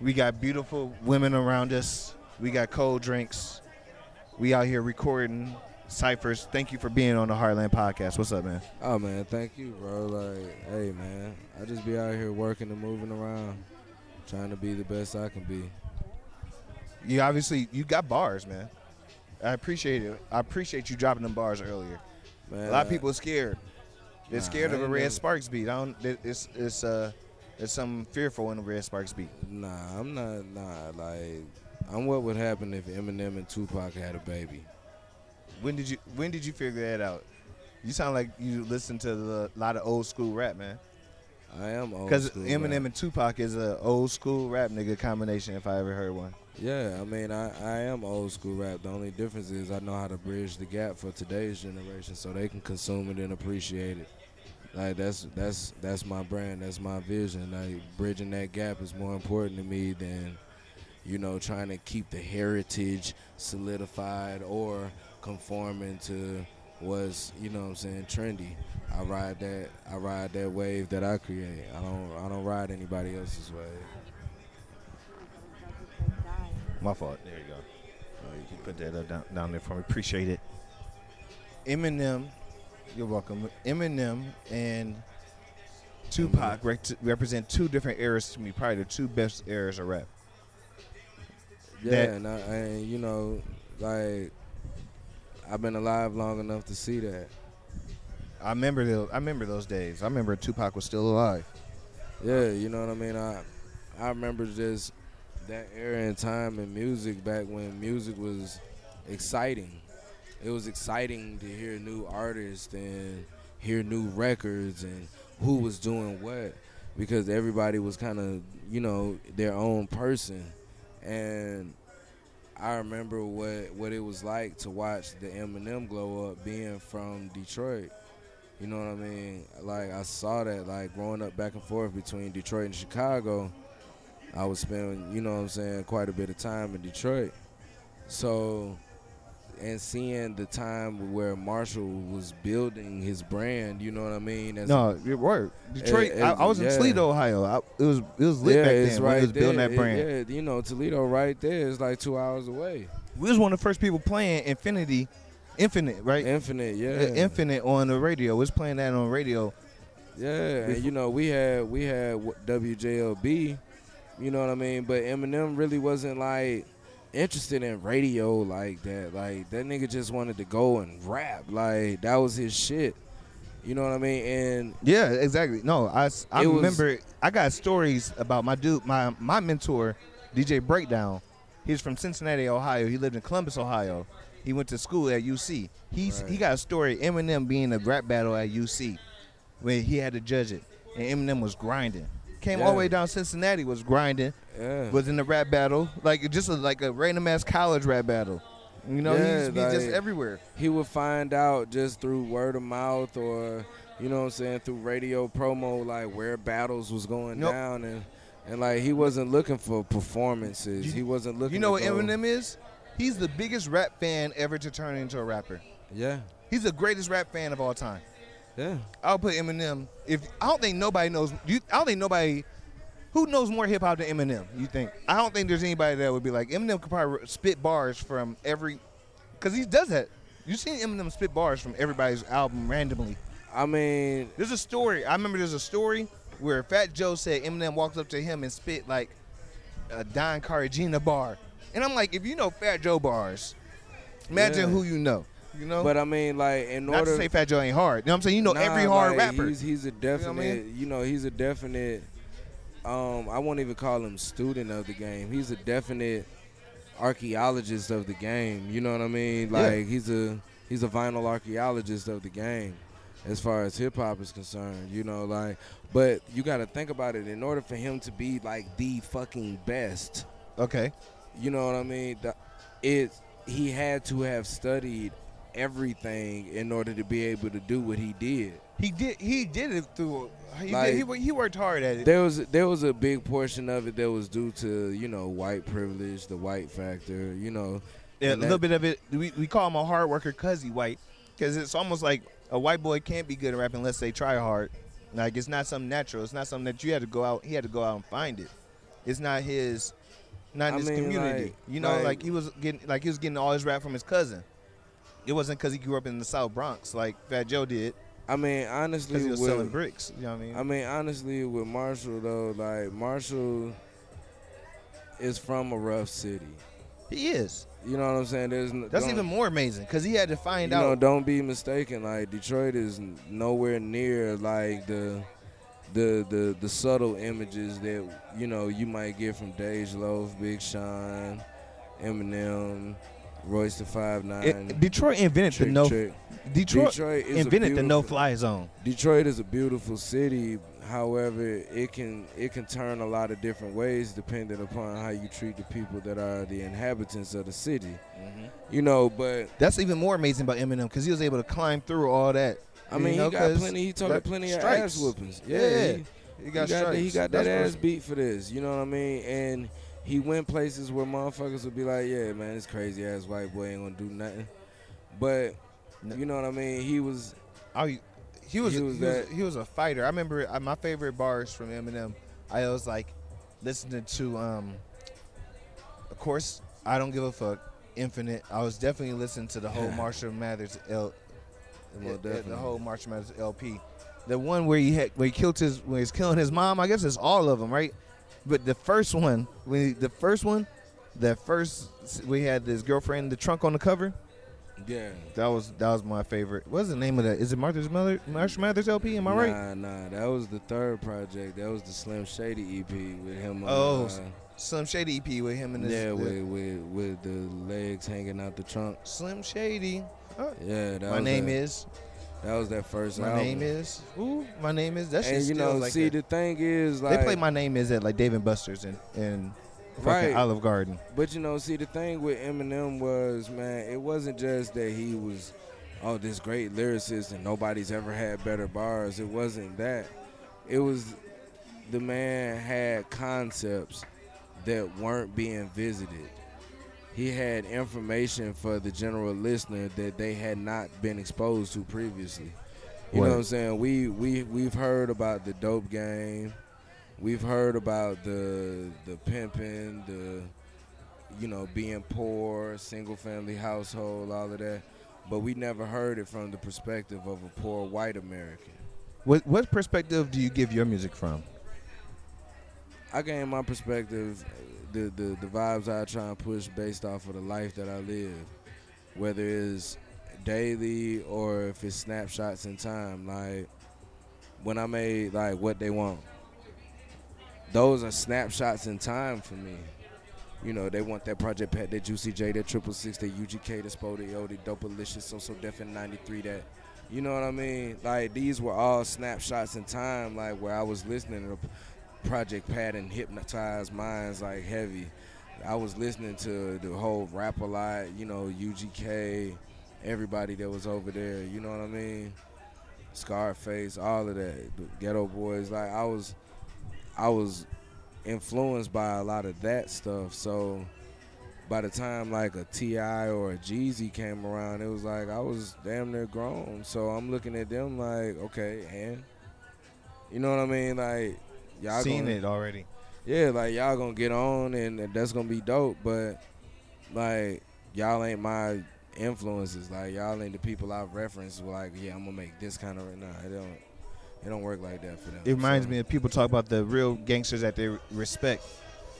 We got beautiful women around us. We got cold drinks. We out here recording ciphers. Thank you for being on the Heartland podcast. What's up, man?
Oh man, thank you, bro. Like, hey man, I just be out here working and moving around, trying to be the best I can be.
You obviously you got bars, man. I appreciate it. I appreciate you dropping them bars earlier.
Man,
A lot of
I-
people are scared. They're
Nah,
scared
I
of a
ain't
red
never-
sparks beat. I don't. it- It's it's uh, there's something fearful in a red sparks beat.
Nah, I'm not. Nah, like, I'm what would happen if Eminem and Tupac had a baby.
When did you When did you figure that out? You sound like you listen to a lot of old school rap, man.
I am old.
Because
school,
Eminem
like-
and Tupac is a old school rap nigga combination, if I ever heard one.
Yeah, I mean, I, I am old school rap. The only difference is I know how to bridge the gap for today's generation, so they can consume it and appreciate it. Like that's that's that's my brand. That's my vision. Like bridging that gap is more important to me than, you know, trying to keep the heritage solidified or conforming to what's you know what I'm saying trendy. I ride that I ride that wave that I create. I don't I don't ride anybody else's wave.
My fault. There you go. Oh, you can put that up down, down there for me. Appreciate it. Eminem, you're welcome. Eminem and Tupac rec- represent two different eras to me. Probably the two best eras of rap.
Yeah,
that-
and, I, and you know, like I've been alive long enough to see that.
I remember the, I remember those days. I remember Tupac was still alive.
Yeah, you know what I mean. I I remember just that era and time in music back when music was exciting. It was exciting to hear new artists and hear new records and who was doing what because everybody was kind of you know their own person and I remember what what it was like to watch the Eminem glow up being from Detroit. You know what I mean? Like I saw that like growing up back and forth between Detroit and Chicago. I was spending, you know what I'm saying, quite a bit of time in Detroit. So and seeing the time where Marshall was building his brand, you know what I mean? As
No, you're right. Detroit. I, I was in
yeah.
Toledo, Ohio. I, it was it was lit
yeah,
back then.
it's
when
right
we was building
there.
that brand.
It- yeah, you know, Toledo right there is like two hours away.
We was one of the first people playing Infinity, Infinite, right?
Infinite, yeah.
Uh, Infinite on the radio. We was playing that on radio.
Yeah, and you know we had we had w- WJLB, you know what I mean. But Eminem really wasn't like interested in radio like that. Like that nigga just wanted to go and rap. Like that was his shit. You know what I mean? And
Yeah, exactly. No, I, s- I
It was-
remember I got stories about my dude, my my mentor, DJ Breakdown. He's from Cincinnati, Ohio. He lived in Columbus, Ohio. He went to school at UC. He's he got a story Eminem being a rap battle at UC when he had to judge it, and Eminem was grinding. Came all the
Yeah.
way down Cincinnati, was grinding,
yeah,
was in the rap battle, like just a, like a random ass college rap battle. You know,
Yeah,
he's, he's just
like-
everywhere.
he would find out just through word of mouth or you know what I'm saying through radio promo like where battles was going
Nope.
down and and like he wasn't looking for performances. he wasn't looking.
You know what
to go-
Eminem is? He's the biggest rap fan ever to turn into a rapper.
Yeah,
He's the greatest rap fan of all time.
yeah.
I'll put Eminem. If I don't think nobody knows, you, I don't think nobody who knows more hip hop than Eminem. You think? I don't think there's anybody that would be like Eminem could probably spit bars from every, because he does that. You seen Eminem spit bars from everybody's album randomly.
I mean,
There's a story. I remember there's a story where Fat Joe said Eminem walked up to him and spit like a Don Caragina bar, and I'm like, if you know Fat Joe bars, imagine
Yeah.
who you know. You know.
But I mean, like in
Not
order,
to say Fat Joe ain't hard. You know what I'm saying? You know
Nah,
every hard
like,
rapper.
He's, he's a
what I
definite.
mean?
You know, he's a definite. Um, I won't even call him student of the game. He's a definite archaeologist of the game. You know what I mean?
Yeah.
Like he's a he's a vinyl archaeologist of the game, as far as hip hop is concerned. You know, like, but you got to think about it. In order for him to be like the fucking best,
Okay.
you know what I mean? The, it he had to have studied everything in order to be able to do what he did.
He did. He did it through. He, did-
Like-
he, wo- he worked hard at it.
There was there was a big portion of it that was due to you know white privilege, the white factor, you know.
Yeah, a
and that-
little bit of it. We, we call him a hard worker because he white. Because it's almost like a white boy can't be good at rap unless they try hard. Like it's not something natural. It's not something that you had to go out. He had to go out and find it. It's not his. Not in
I
his
mean,
community.
like-
you know,
like-
like he was getting like he was getting all his rap from his cousin. It wasn't because he grew up in the South Bronx like Fat Joe did.
I mean,
Because
honestly,
he was
with-
selling bricks. You know what I mean?
I mean, honestly, with Marshall though, like Marshall is from a rough city.
he is.
You know what I'm saying? There's n-
That's
don't-
even more amazing because he had to find
you
out.
know, don't be mistaken. Like Detroit is n- nowhere near like the the the the subtle images that you know you might get from Dej Loaf, Big Sean, Eminem, Royce the Five Nine.
It- Eh, Detroit invented the no. Detroit,
Detroit is a
invented the
beautiful-
no fly zone.
Detroit is a beautiful city. However, it can it can turn a lot of different ways depending upon how you treat the people that are the inhabitants of the city.
Mm-hmm.
You know, but
That's even more amazing about Eminem because he was able to climb through all that.
I
You
mean,
know,
he got
'cause
plenty. He took
like
plenty
stripes.
of ass whoopings. Yeah, he-
Yeah, He got,
he got,
stripes.
he got that
That's
ass beat for this. You know what I mean? And he went places where motherfuckers would be like, "Yeah, man, this crazy ass white boy ain't gonna do nothing." But
No.
you know what I mean? He was
I, Oh, he was he was,
He
he
was
was,
that-
he was a fighter. I remember uh, my favorite bars from Eminem. I was like listening to um. Of course, I don't give a fuck. Infinite. I was definitely listening to
*laughs*
the whole Marshall Mathers L.
Well,
the- the
definitely.
whole Marshall Mathers LP. The one where he had where he killed his when he's killing his mom. I guess it's all of them, right? But the first one when he, the first one, that first we had this girlfriend in the trunk on the cover.
yeah.
That was that was my favorite. What's the name of that? Is it Martha's Mother Marshall Mathers LP? Am I
Nah,
right?
nah. That was the third project. That was the Slim Shady EP with him. on,
Oh,
uh,
Slim Shady EP with him and his
yeah,
the-
with, with with the legs hanging out the trunk.
Slim Shady. Oh,
Yeah, that
my
was
name
that,
is.
That was that first
My
album.
name is. Ooh, my name is. That shit
And you
still
know,
like
see,
that.
the thing is, like,
they play my name is at like Dave and Buster's and and fucking
Right.
Olive Garden.
But you know, see the thing with Eminem was, man, it wasn't just that he was oh, this great lyricist and nobody's ever had better bars. It wasn't that. It was the man had concepts that weren't being visited. He had information for the general listener that they had not been exposed to previously. You know
Right.
what I'm saying? We we we've heard about the dope game. We've heard about the the pimping, the you know, being poor, single family household, all of that. But we never heard it from the perspective of a poor white American.
What what perspective do you give your music from?
I gained my perspective, the, the the vibes I try and push based off of the life that I live, whether it's daily or if it's snapshots in time. Like when I made like what they want, those are snapshots in time for me. You know, they want that Project Pat, that Juicy J, that Triple Six, that UGK, that Spodeo, that Dopalicious, So So Def in 93, that. You know what I mean? Like, these were all snapshots in time, like, where I was listening to Project Pat and hypnotized minds like heavy. I was listening to the whole rap a lot, you know, UGK, everybody that was over there, you know what I mean? Scarface, all of that, the Ghetto Boys. Like I was, I was influenced by a lot of that stuff. So by the time like a Ti or a Jeezy came around, it was like I was damn near grown. So I'm looking at them like, okay, and you know what I mean? Like y'all
Seen
gonna-
it already.
yeah, like y'all gonna get on and that's gonna be dope, but like y'all ain't my influences. Like y'all ain't the people I reference. Like yeah, I'm gonna make this kind of right now. It don't, it don't work like that for them.
It reminds
So,
me of people talk about the real gangsters that they respect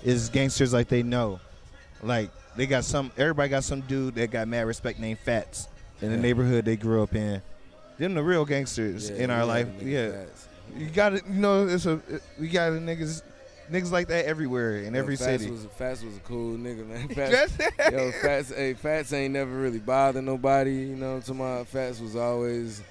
is gangsters like they know. Like they got some everybody got some dude that got mad respect named Fats in the
Yeah.
neighborhood they grew up in. Them the real gangsters
yeah,
in our
yeah,
life.
niggas
Yeah.
facts.
You got it you know it's a we got niggas niggas like that everywhere in
Yo,
every
Fats
city.
Was, Fats was a cool nigga,
*laughs*
man. Fats, yo, Fats, hey, Fats ain't never really bothered nobody. You know, to my Fats was always,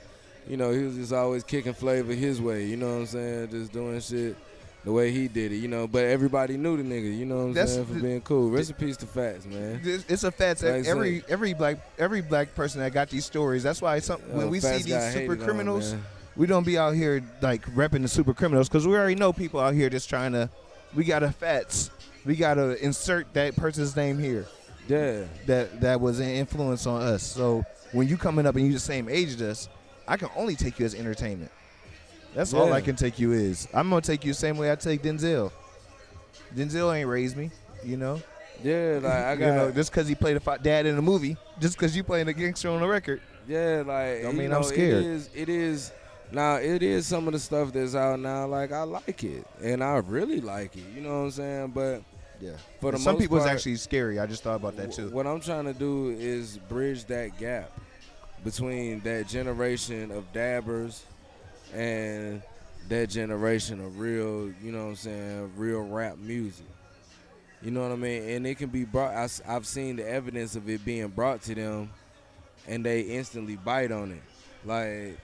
you know, he was just always kicking flavor his way. You know what I'm saying? Just doing shit the way he did it. You know, but everybody knew the nigga. You know what I'm
That's
saying for
the-
being cool. Rest in peace to Fats, man.
It's it's a Fats
Like I
every every black every black person that got these stories. That's why some,
Yo,
when we see
Fats got
these super
hated on,
criminals,
man.
we don't be out here like repping the super criminals because we already know people out here just trying to. We got to fats. We got to insert that person's name here
yeah,
that that was an influence on us. So when you coming up and you the same age as us, I can only take you as entertainment. That's all
Yeah.
I can take you is. I'm gonna take you the same way I take Denzel. Denzel ain't raised me, you know.
yeah. Like I
*laughs* You
got,
know, just because he played a fi- dad in a movie, just because you playing a gangster on the record,
yeah. Like
Don't
you
mean
know,
I'm
It
scared.
is. It is. Now it is some of the stuff that's out now. Like I like it, and I really like it. You know what I'm saying? But
yeah.
for the
some
most
people, it's
part-
actually scary. I just thought about that too.
What I'm trying to do is bridge that gap between that generation of dabbers and that generation of real, you know what I'm saying, real rap music. You know what I mean? And it can be brought, I, have seen the evidence of it being brought to them and they instantly bite on it. Like,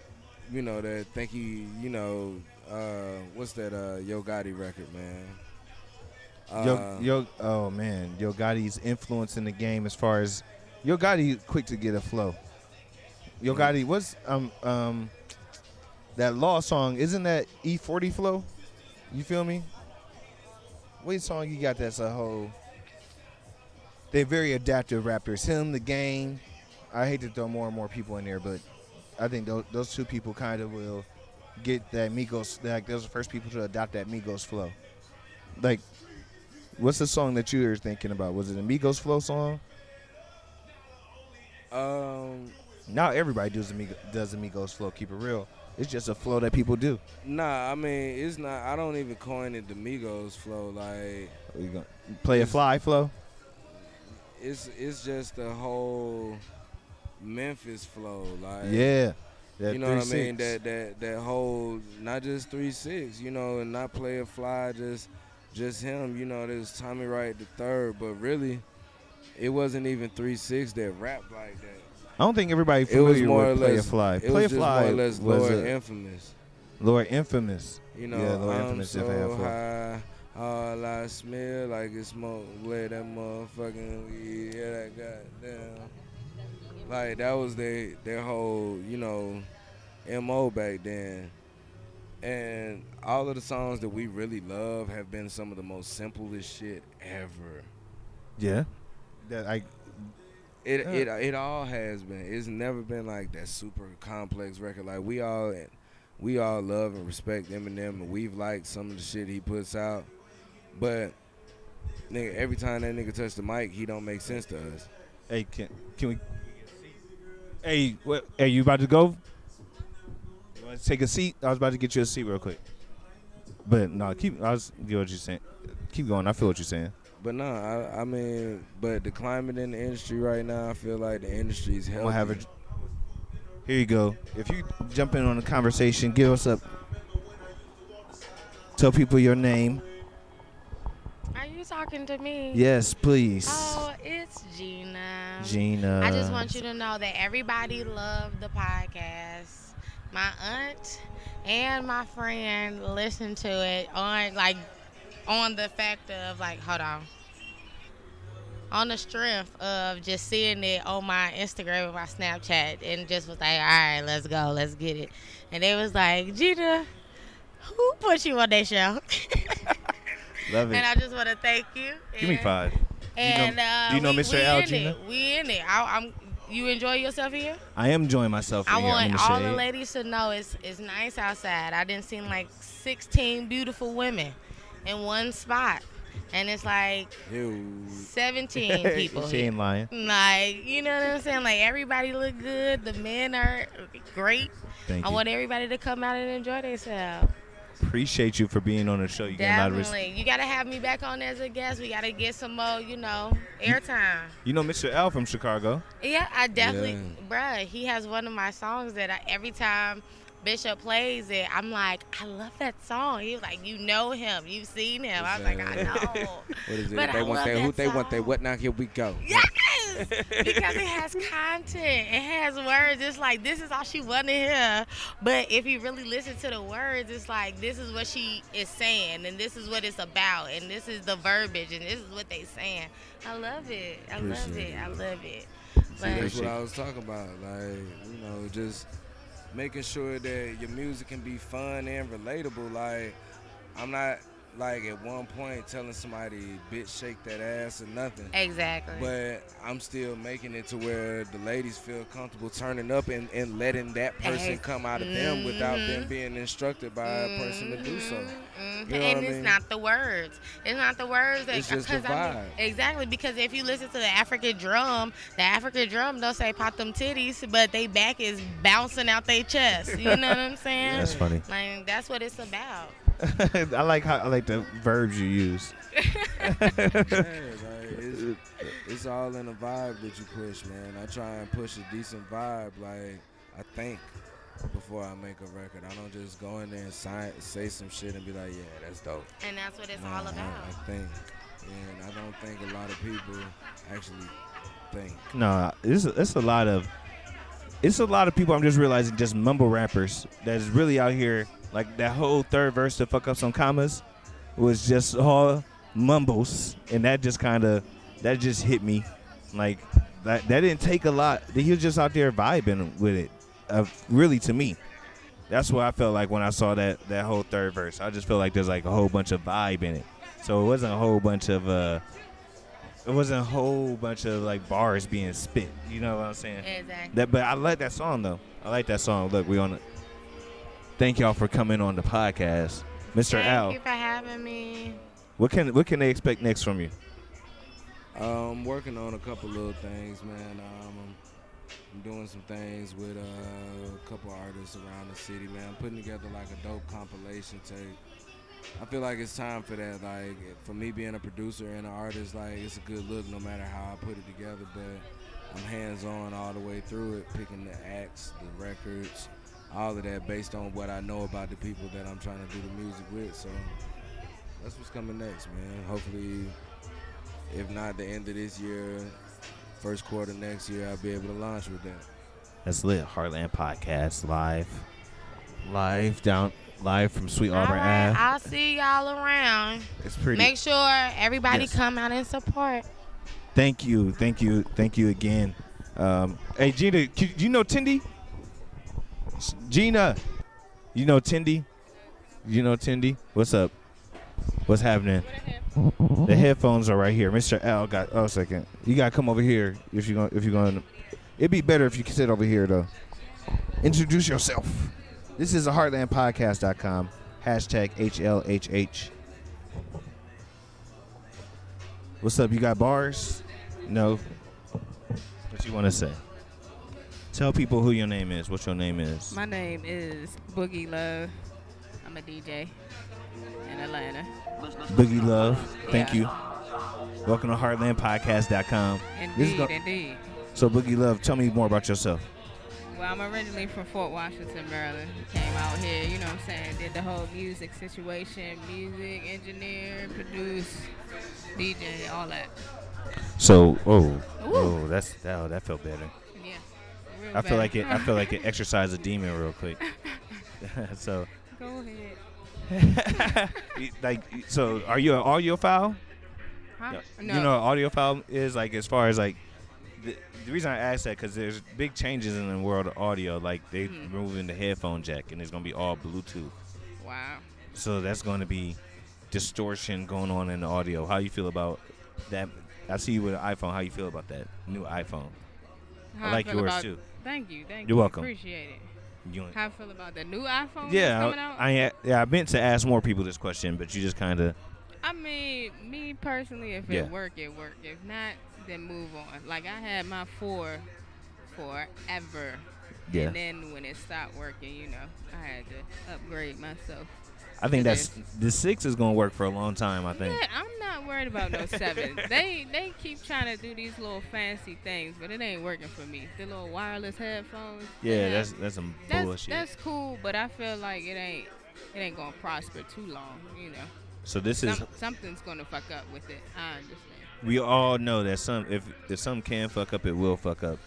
you know, that thank you, you know, uh, what's that uh, Yo Gotti record, man?
Yo,
Uh,
yo, oh man, Yo Gotti's influence in the game as far as Yo Gotti quick to get a flow. Yo Gotti, what's um um that law song? Isn't that E forty flow? You feel me? What song you got? That's a whole. They're very adaptive rappers. Him, the game. I hate to throw more and more people in there, but I think those, those two people kind of will get that Migos. Like those are the first people to adopt that Migos flow. Like What's the song that you were thinking about? Was it a Migos flow song?
Um,
Now everybody does a Migos, does a Migos flow. Keep it real. It's just a flow that people do.
Nah, I mean it's not. I don't even coin it the Migos flow. Like
You gonna Play a fly flow.
it's it's just the whole Memphis flow. Like
Yeah. That
you know what I
3-6.
mean. That that that whole not just three six. You know, and not play a fly. Just just him. You know, there's Tommy Wright the third, but really, it wasn't even three six that rapped like that.
I don't think everybody
It was
familiar
more or
with Play a
less
Fly.
It
Play a
was just
Fly
more or less
was
Lord
a-
Infamous.
Lord Infamous.
You know,
Yeah, Lil
I'm
Infamous, if I
so
have four.
high, all I smell like it's smoke. Let that motherfucking weed, yeah, that goddamn. Like that was their their whole you know, mo back then. And all of the songs that we really love have been some of the most simplest shit ever.
Yeah. That I
It it it all has been. It's never been like that super complex record. Like we all we all love and respect Eminem, and we've liked some of the shit he puts out. But nigga, every time that nigga touch the mic, he don't make sense to us.
hey can can we Hey, what hey you about to go? You wanna take a seat? I was about to get you a seat real quick. But no, keep I was get what you're saying. Keep going, I feel what you're saying.
But no, I, I mean, but the climate in the industry right now, I feel like the industry's
I'm gonna have a,
healthy.
here you go. If you jump in on the conversation, give us up. Tell people your
*laughs*
name.
Are you talking to me?
Yes, please.
Oh, it's Gina.
Gina.
I just want you to know that everybody loved the podcast. My aunt and my friend listened to it on like on the fact of like hold on. On the strength of just seeing it on my Instagram and my Snapchat and just was like, All right, let's go, let's get it. And they was like, Gina, who put you on that show? *laughs*
Love it.
and I just wanna thank you.
Give me
and-
five.
and uh,
do you know
we-
Mr.
We
Al,
in
Gina?
it. We in it. I, I'm. You enjoy yourself here?
I am enjoying myself.
I
in here. I'm in
want all the
shade.
ladies to know it's it's nice outside. I didn't see like 16 beautiful women in one spot, and it's like
Ew.
*laughs*
17 people.
she
here.
ain't lying.
Like you know what I'm saying? Like everybody look good. The men are great.
Thank
I
you.
want everybody to come out and enjoy themselves.
Appreciate you for being on the show. You get a lot of respect.
Definitely. You gotta have me back on as a guest. We gotta get some more, you know, airtime.
You know Mr. L from Chicago.
Yeah, I definitely, bruh. He has one of my songs that I, every time Bishop plays it, I'm like, I love that song. He was like, you know him, you've seen him. I was like, I know.
What is it?
But
they
I
want
love
that. Who
that
they want
song.
that? What now? Here we go.
Yes, because it has content, it has words. It's like this is all she wanted to hear. But if you really listen to the words, it's like this is what she is saying, and this is what it's about, and this is the verbiage, and this is what they saying. I love it. I love
Appreciate
it.
it.
I love it.
See, that's
But
what I was talking about. Like, you know, just making sure that your music can be fun and relatable. Like, I'm not like at one point telling somebody, bitch, shake that ass or nothing.
exactly.
But I'm still making it to where the ladies feel comfortable turning up and, and letting that person
Ex-
come out of them without them
Mhm.
being instructed by a person to do so.
Mhm.
You know
and
what I
it's
mean?
not the words. It's not the words. That,
It's just the
'cause I mean-
vibe.
exactly because if you listen to the African drum, the African drum don't say pop them titties, but they back is bouncing out their chest. You know what
*laughs*
I'm saying?
That's funny.
Like that's what it's about.
I like how I like the verbs you use.
Yeah, like, it's, it's all in the vibe that you push, man. I try and push a decent vibe. Like I think before I make a record, I don't just go in there and sign, say some shit and be like, yeah, that's dope.
And that's what it's
Nah,
all
I-
about.
I think, and I don't think a lot of people actually think.
No, it's it's a lot of it's a lot of people. I'm just realizing just mumble rappers that's really out here. Like that whole third verse to fuck up some commas was just all mumbles, and that just kind of that just hit me. Like that that didn't take a lot. He was just out there vibing with it. Uh, really, to me, that's what I felt like when I saw that that whole third verse. I just feel like there's like a whole bunch of vibe in it. So it wasn't a whole bunch of uh it wasn't a whole bunch of like bars being spit. You know what I'm saying?
Exactly.
That, but I like that song though. I like that song. Look, we on it. Thank y'all for coming on the podcast, Mr.
Thank
Al.
you for having me.
What can what can they expect next from you?
Um, working on a couple little things, man. Um, I'm- I'm doing some things with uh, a couple artists around the city, man. I'm putting together like a dope compilation tape. I feel like it's time for that. Like for me being a producer and an artist, like it's a good look no matter how I put it together. But I'm hands on all the way through it, picking the acts, the records, all of that based on what I know about the people that I'm trying to do the music with. So that's what's coming next, man. Hopefully, if not the end of this year, first quarter next year, I'll be able to launch with that.
That's lit. Heartland Podcast live, live down live from Sweet
All
Auburn
right,
Ave.
I'll see y'all around.
It's pretty.
Make sure everybody
Yes.
come out and support.
thank you, thank you, thank you again. Um, hey Gina, c- you know Tindy? S- Gina, you know Tindy? You know Tindy? What's up? What's happening? The headphones are right here. Mr. Al got oh second. You gotta come over here if you're gonna if you're gonna it'd be better if you could sit over here though. Introduce yourself. This is a heartlandpodcast.com. Hashtag HLHH. What's up? You got bars? No. What you want to say? Tell people who your name is. What your name is?
My name is Boogie Love. I'm a DJ in Atlanta.
Boogie Love. Thank
Yeah.
you. Welcome to HeartlandPodcast.com. This is
Indeed,
go-
indeed.
So Boogie Love, tell me more about yourself.
Well, I'm originally from Fort Washington, Maryland. Came out here, you know what I'm saying? Did the whole music situation, music, engineer, produce, DJ, all that.
So oh
Ooh.
oh that's that oh, that felt better.
Yeah. real
I feel
bad.
like it. I feel
*laughs*
like it exercised a demon real quick. *laughs* so
Go ahead.
you- like so, are you an audiophile?
Huh?
No.
No.
You know, what audiophile is like as far as like the, the reason I asked that because there's big changes in the world of audio. Like they
Mhm.
removing the headphone jack and it's gonna be all Bluetooth.
Wow.
So that's going to be distortion going on in the audio. How you feel about that? I see you with an iPhone. How you feel about that new iPhone?
How
I like
feel
yours
about-
too.
Thank you. Thank
You're
you.
welcome.
Appreciate it.
You ain't-
How I feel about the new iPhone that's coming
yeah,
out?
I, I yeah I meant to ask more people this question, but you just kind of
I mean, me personally, if
Yeah.
it work, it work. If not, then move on. Like I had my four forever.
Yeah.
And then when it stopped working, you know, I had to upgrade myself.
I think that's the six is going to work for a long time. I think.
Yeah, I'm not worried about no
*laughs*
seven. they they keep trying to do these little fancy things, but it ain't working for me. The little wireless headphones.
Yeah,
uh,
that's that's some
that's
bullshit.
that's cool, but I feel like it ain't it ain't gonna prosper too long, you know.
So this is-
something's gonna fuck up with it. I understand.
we all know that some if if some can fuck up, it will fuck up,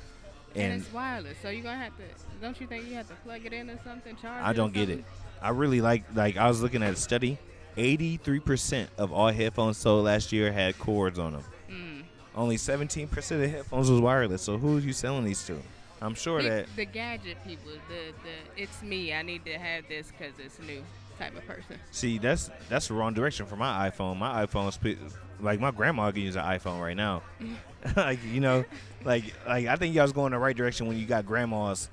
And,
and
it's wireless, so you're gonna have to. Don't you think you have to plug it in or something? Charge.
I
or
don't get
something?
it. I really like like I was looking at a study. 83% of all headphones sold last year had cords on them.
Mm.
Only 17% of headphones was wireless. So who are you selling these to? I'm sure
Pe-
that
the gadget people, the the it's me. I need to have this because it's new type of person.
see that's that's the wrong direction for my iPhone. My iPhone sp- like my grandma can use an iPhone right now. *laughs* like you know, like like I think y'all's going the right direction when you got grandmas.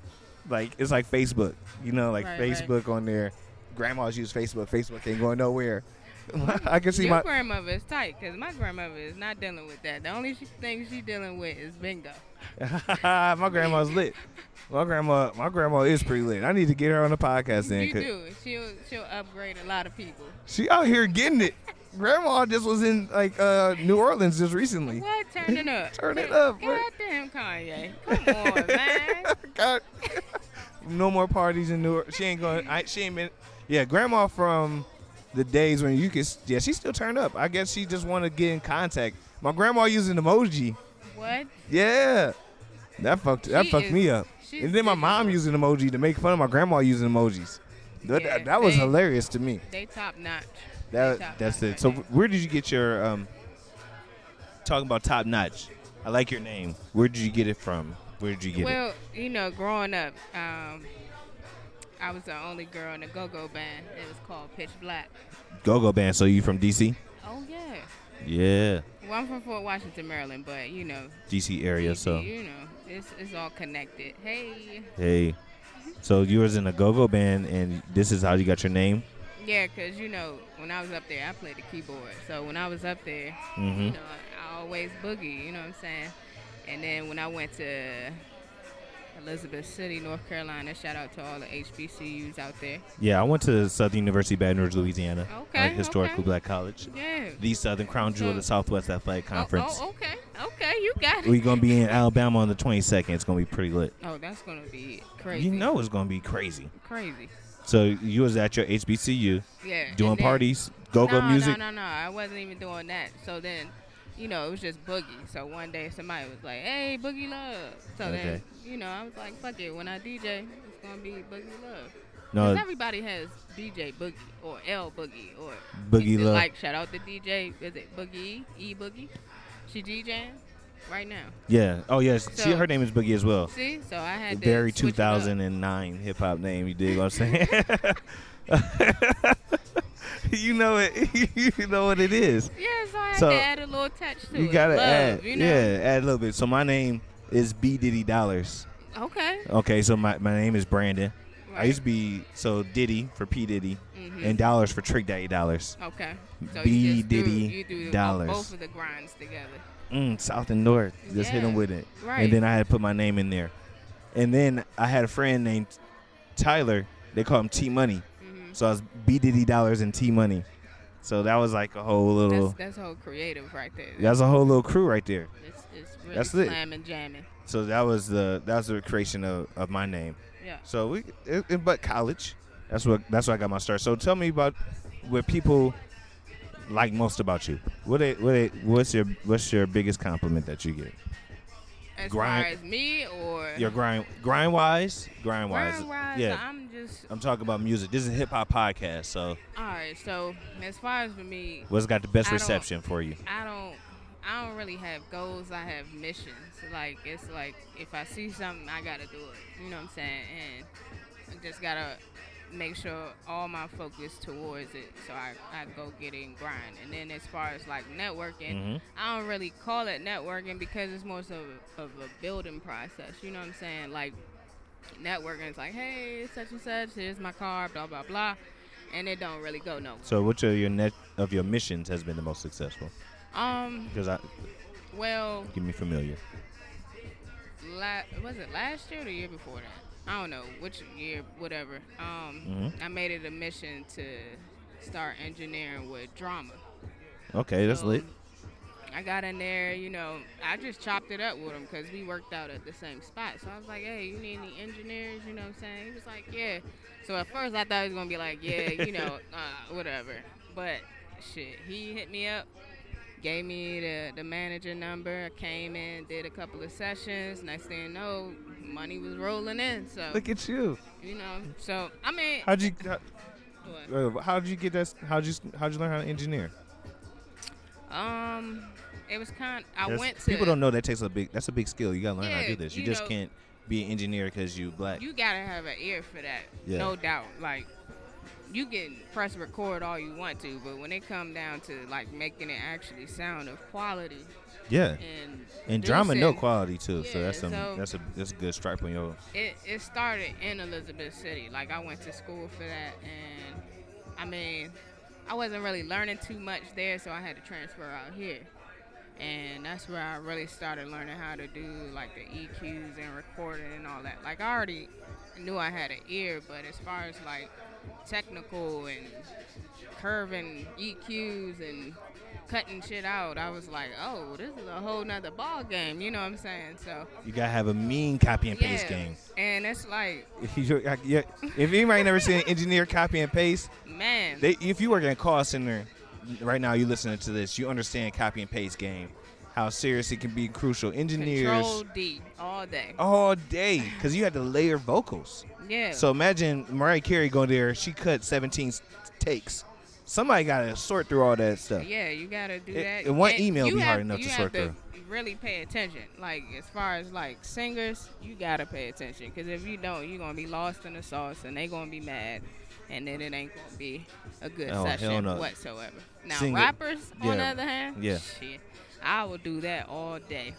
Like it's like Facebook, you know, like
Right, right.
Facebook on there. Grandmas use Facebook. Facebook ain't going nowhere. *laughs* I can see
Your
my
grandmother is tight because my grandmother is not dealing with that. The only she, thing she dealing with is bingo.
*laughs* my grandma's lit. My grandma, my grandma is pretty lit. I need to get her on the podcast then.
you
'cause
do. She'll she'll upgrade a lot of people.
She out here getting it. Grandma just was in like uh New Orleans just recently.
What turning
*laughs*
up?
Turn it up, what?
Goddamn Kanye. Come on, man.
God. *laughs* No more parties in New Orleans. She ain't going. I, she ain't been. Yeah, grandma from the days when you could. s- Yeah, she still turned up. I guess she just want to get in contact. My grandma using emoji.
What?
Yeah. That fucked that
She
fucked
is-
me up.
she's
And then my mom using emoji to make fun of my grandma using emojis. That, that, that was
they-
hilarious to me.
They top notch. They
That
top
that's
notch
it. So where did you get your um talking about top notch? I like your name. Where did you get it from? Where did you get
well, you know, growing up, um, I was the only girl in a go-go band. It was called Pitch Black.
it? Go Go Band. So you from DC?
Oh yeah.
Yeah.
Well, I'm from Fort Washington, Maryland, but you know,
DC area, so
you know, it's it's all connected. Hey.
hey. So you was in a go go band and this is how you got your name?
Yeah, because, you know, when I was up there, I played the keyboard. So when I was up there, you
Mhm.
know, I always boogie, you know what I'm saying? And then when I went to Elizabeth City, North Carolina, shout out to all the HBCUs out there.
Yeah, I went to Southern University Baton Rouge, Louisiana.
Okay,
like historical
okay.
black college.
Yeah.
The Southern Crown Jewel of the Southwest Athletic Conference.
Oh, okay. Okay, you got it.
We're gonna be in Alabama on the twenty second. It's gonna be pretty lit.
Oh, that's going to be crazy.
You know it's gonna be crazy.
Crazy.
So you was at your HBCU,
Yeah.
doing
and then-
parties, go go
no,
music.
No, no, no. I wasn't even doing that. So then, you know, it was just Boogie. So one day somebody was like, hey, Boogie Love. So
Okay.
then, you know, I was like, fuck it. When I DJ, it's going to be Boogie Love.
No.
Because everybody has DJ Boogie or L Boogie or
Boogie Love.
Like, shout out to DJ. Is it Boogie? E Boogie? She DJing? right now.
Yeah. Oh yes. she
So-
her name is Boogie as well.
See, so I had to
very
switch it up.
2009 hip hop name. You dig what I'm saying? *laughs* you know it. *laughs* you know what it is.
Yeah, so I had
So,
to add a little touch to it.
You gotta
Love,
add.
you know?
Yeah, add a little bit. So my name is B Diddy Dollars.
Okay.
Okay, so my, my name is Brandon. I
Right.
used to be so Diddy for P Diddy
Mhm.
and Dollars for Trick Daddy Dollars.
Okay. So you
B
just do-
Diddy
you do
Dollars.
both of the grinds together.
mm, south and north. Just hit
Yeah,
them with it.
right.
And then I had to put my name in there. And then I had a friend named Tyler. They call him T Money.
Mm-hmm.
So I was B Diddy Dollars and T Money. So that was like a whole little.
That's that's whole creative right there.
That's, a whole little crew right there.
It's, it's really
That's lit.
slamming, jamming.
So that was the that was the creation of, of my name.
Yeah.
So we it, it- but college. That's what that's where I got my start. So tell me about what people like most about you. What it, what it, what's your what's your biggest compliment that you get?
As
Grind-
far as me or
Your grind, grind wise, grind wise,
Grind-wise,
yeah.
I'm just-
I'm talking about music. This is a hip hop podcast, so
All right, so as far as for me,
what's got the best
I don't-
reception for you?
I don't, I don't really have goals. I have missions. Like it's like if I see something, I gotta do it. You know what I'm saying? And I just gotta make sure all my focus towards it. So I, I go get it and grind. And then as far as like networking,
Mm-hmm.
Mhm.
I don't really call it networking because it's more so of a building process. You know what I'm saying? Like networking is like, hey, such and such. Here's my car. Blah blah blah. And it don't really go nowhere.
So which of your net of your missions has been the most successful?
Um.
Because I
Well,
give me familiar.
la- was it last year or the year before that? I don't know which year, whatever. Um,
Mhm.
I made it a mission to start engineering with drama.
Okay, that's lit.
I got in there, you know, I just chopped it up with him because we worked out at the same spot. So I was like, hey, you need any engineers? You know what I'm saying? He was like, yeah. So at first I thought he was going to be like, yeah, you know, *laughs* uh, whatever. But shit, he hit me up, gave me the, the manager number, I came in, did a couple of sessions. Next thing you know, money was rolling in. So,
Look at you.
you know, so I mean,
How'd you
What?
how, how'd you get that? How'd you how'd you learn how to engineer?
um, it was kind I
That's-
went to.
people don't know that takes a big that's a big skill. You gotta learn how to
Yeah,
do this. You,
you
just
know-
can't be an engineer because you black.
You gotta have an ear for that,
Yeah.
no doubt. Like you can press record all you want to, but when it come down to like making it actually sound of quality,
yeah.
and,
And drama, no
producing,
quality too. so
yeah,
that's some
so-
that's a that's a good stripe on your.
It it started in Elizabeth City. Like I went to school for that, and I mean, I wasn't really learning too much there, so I had to transfer out here. And that's where I really started learning how to do like the EQs and recording and all that. Like I already knew I had an ear, but as far as like technical and curving EQs and cutting shit out, I was like, oh, this is a whole nother ball game. You know what I'm saying? So
You gotta have a mean copy and paste
yeah.
game. *laughs*
And it's like,
You- I- yeah. if anybody never seen an engineer copy and paste,
man,
They, if you work in a call center right now, you listening to this, you understand copy and paste game, how serious it can be crucial. Engineers
control D all day.
all day because you had to layer vocals.
Yeah.
So imagine Mariah Carey going there, she cut 17 s- takes. Somebody got to sort through all that stuff.
Yeah, you gotta do
It-
that.
it- one
And
email
you
be hard
have-
enough to
you
sort
have to Really pay attention. Like as far as like singers, you gotta pay attention because if you don't, you're gonna be lost in the sauce, and they gonna be mad, and then it ain't gonna be a good
Oh, hell
session
no.
whatsoever. Now
Singer-
rappers, on the
yeah,
other hand,
yeah.
shit, I will do that all
*laughs*
day.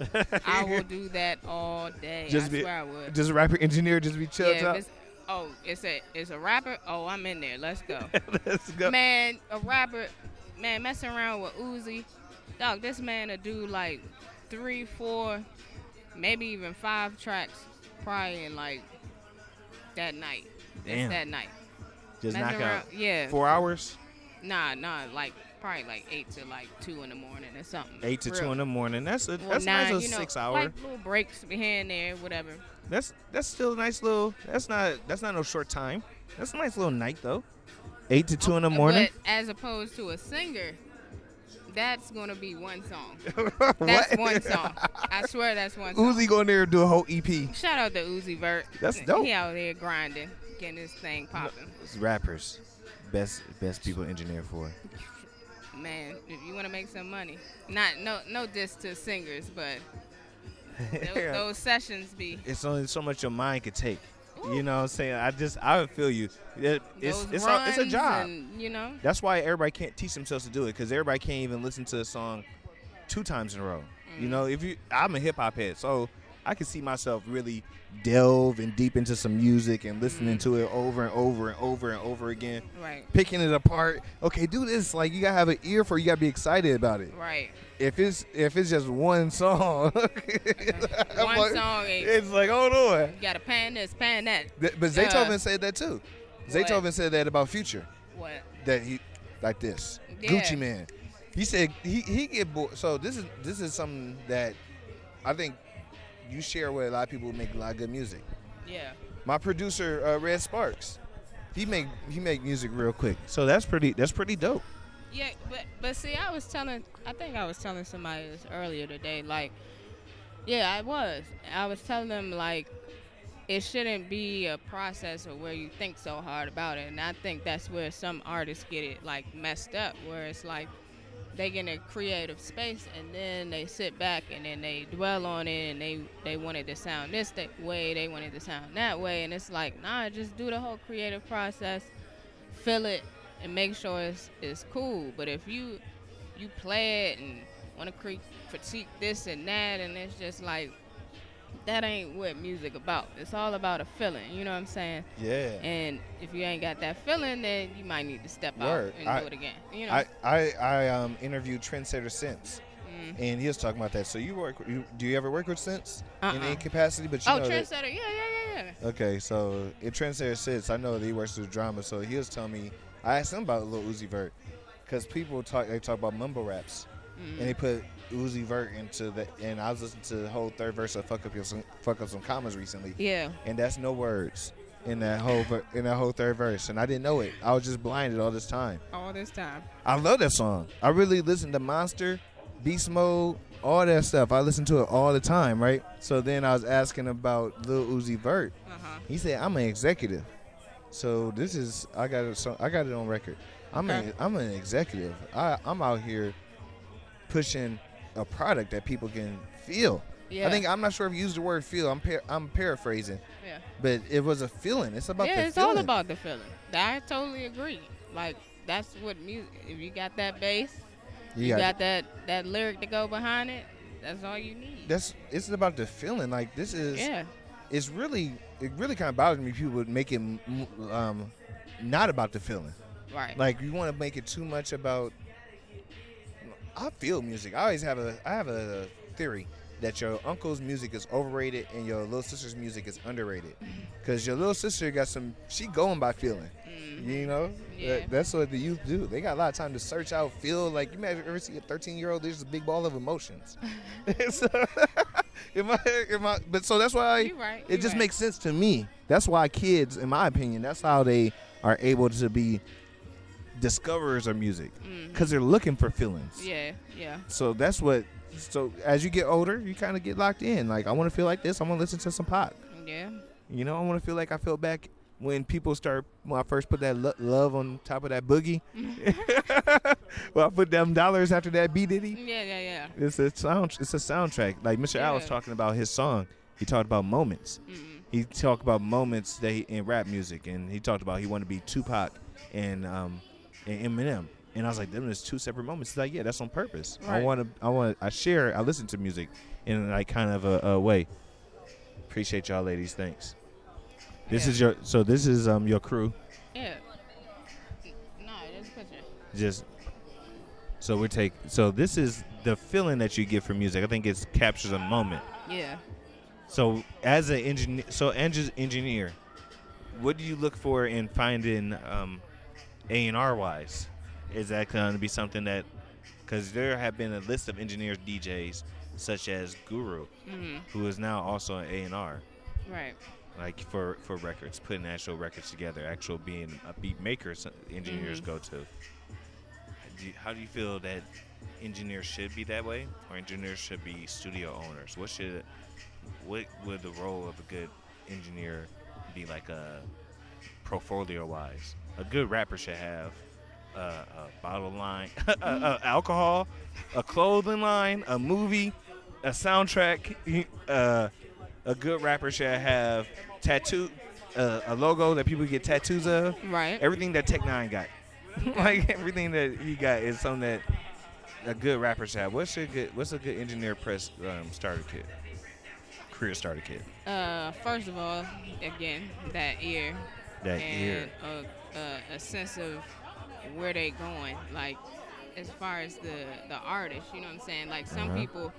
I will do that all day. I
be,
swear I would.
just rapper engineer, just be chilled
Yeah, if
out. *laughs*
it's- Oh, it's a it's a rapper. Oh, I'm in there. Let's go.
*laughs* Let's go.
Man, a rapper, man, messing around with Uzi, dog. This man will do like three, four, maybe even five tracks, probably in like that night. Just
Damn.
that night.
Just
messing
knock out.
around- yeah.
Four hours,
Nah, nah, like probably like eight to like two in the morning or something.
eight to
Real.
two in the morning. That's a,
Or
that's
nine,
nice a
you know,
six hour.
Like little breaks here and there, whatever.
That's that's still a nice little. That's not that's not no short time. That's a nice little night though. Eight to two in the morning.
But as opposed to a singer, that's gonna be one
*laughs*
song. That's one song. I swear that's one song.
Uzi going there to do a whole E EP.
Shout out to Uzi Vert.
That's dope.
He out there grinding, getting his thing popping.
It's rappers, best best people engineer for. *laughs*
Man, if you wanna make some money, not no no diss to singers, but Those, those sessions be.
it's only so much your mind could take. You know what I'm saying? I just I feel you. It- it's
those
it's a, it's a
runs
job.
and, you know.
That's why everybody can't teach themselves to do it because everybody can't even listen to a song two times in a row. You
Mm.
know, if you I'm a hip hop head, so I can see myself really delve and deep into some music and listening
Mm.
to it over and over and over and over again.
Right.
Picking it apart. Okay, do this. Like you gotta have an ear for it. You gotta be excited about it.
Right.
If it's if it's just one song, *laughs* I'm
One
like-
song. Ain't,
it's like hold on.
you gotta pan this, pan that.
Th- But
Uh,
Zaytoven said that too. Zaytoven said that about Future.
What?
That he like this
Yeah.
Gucci Man. He said he he get bored. So this is this is something that I think you share with a lot of people who make a lot of good music.
Yeah.
My producer uh, Red Sparks, he make he make music real quick. So that's pretty that's pretty dope.
Yeah, but but see, I was telling, I think I was telling somebody this earlier today. Like, yeah, I was. I was telling them like, it shouldn't be a process of where you think so hard about it, and I think that's where some artists get it like messed up, where it's like they get in a creative space and then they sit back and then they dwell on it and they they want it to sound this th- way, they want it to sound that way, and it's like, nah, just do the whole creative process feel it and make sure it's, it's cool. But if you you play it and want to cre- critique this and that, and it's just like that ain't what music about. It's all about a feeling. You know what I'm saying?
Yeah.
And if you ain't got that feeling, then you might need to step
Word.
out and
I-
do it again. You know?
I I, I um, interviewed Trendsetter Sense,
Mm.
and he was talking about that. So you work? You, do you ever work with Sense in
Uh-uh.
any capacity? But you
oh,
know that-
trendsetter. Yeah, yeah, yeah, yeah.
Okay, so in Trendsetter Sits, I know that he works with drama, so he was telling me, I asked him about Lil Uzi Vert, because people talk, they talk about mumble raps,
Mm.
and they put Uzi Vert into the, and I was listening to the whole third verse of Fuck Up Your, Some- Fuck Up Some Commas recently.
Yeah.
And that's no words in that whole, ver- in that whole third verse, and I didn't know it. I was just blinded all this time.
All this time.
I love that song. I really listen to Monster, Beast Mode, all that stuff. I listen to it all the time, right? So then I was asking about Lil Uzi Vert.
Uh-huh.
He said, "I'm an executive." So this is I got it. So I got it on record. I'm
Okay.
an I'm an executive. I I'm out here pushing a product that people can feel. I
Yeah.
think I'm not sure if you used the word feel. I'm par- I'm paraphrasing,
Yeah.
but it was a feeling. It's about
yeah,
the
it's
feeling.
all about the feeling. I totally agree. Like that's what music. If you got that bass,
You
you,
got-
got, that that lyric to go behind it. That's all you need.
that's it's about the feeling. Like this is
Yeah.
It's really it really kind of bothers me. People would make it m- um not about the feeling.
Right.
Like you want to make it too much about. I feel music. I always have a I have a theory that your uncle's music is overrated and your little sister's music is underrated,
Mm-hmm.
because your little sister got some. She going by feeling. You know,
Mm-hmm. Yeah.
That- that's what the youth do. They got a lot of time to search out, feel. Like you may ever see a thirteen year old. There's a big ball of emotions. *laughs* so, am I, am I- but so that's why
You right,
it
you
just
right.
makes sense to me. That's why kids, in my opinion, that's how they are able to be discoverers of music
Mhm.
because they're looking for feelings.
Yeah. Yeah.
So that's what. So as you get older, you kind of get locked in. Like I want to feel like this. I want to listen to some pop.
Yeah.
You know, I want to feel like I felt back when people start when I first put that lo- love on top of that boogie.
Mm-hmm.
*laughs* well, I put them dollars after that B Diddy.
Yeah. Yeah. Yeah.
It's a sound. It's a soundtrack. Like Mr. Al was
Yeah.
talking about his song. He talked about moments. He talked about moments that he, in rap music, and he talked about he wanted to be Tupac and um, and Eminem. And I was like, them is two separate moments. He's like, yeah, that's on purpose. I
Right.
want to. I want. to I share. I listen to music in like kind of a, a way. Appreciate y'all, ladies. Thanks. This is your. So this is um your crew.
Yeah. No, it is a picture.
just so we're take so this is the feeling that you get from music i think it captures a moment
Yeah.
so as an engineer so Andrew's engineer what do you look for in finding um a&r wise is that going to be something that because there have been a list of engineers djs such as guru
Mhm.
who is now also an a&r
Right.
like for for records putting actual records together actual being a beat maker so- engineers
Mhm.
go to do you, how do you feel that engineers should be that way or engineers should be studio owners what should what would the role of a good engineer be like a portfolio wise a good rapper should have
*laughs*
a, a bottle line a, a alcohol a clothing line a movie
a soundtrack. you- Uh, a good rapper should have tattoo, uh, a logo that people get tattoos of.
Right.
Everything that Tech Nine got, *laughs* like everything that he got is something that a good rapper should have. What's a good What's a good engineer press um, starter kit? Career starter kit.
Uh, first of all, again, that ear.
That
and
ear.
A, a, a sense of where they going, like as far as the the artist. You know what I'm saying? Like some
Uh-huh.
people,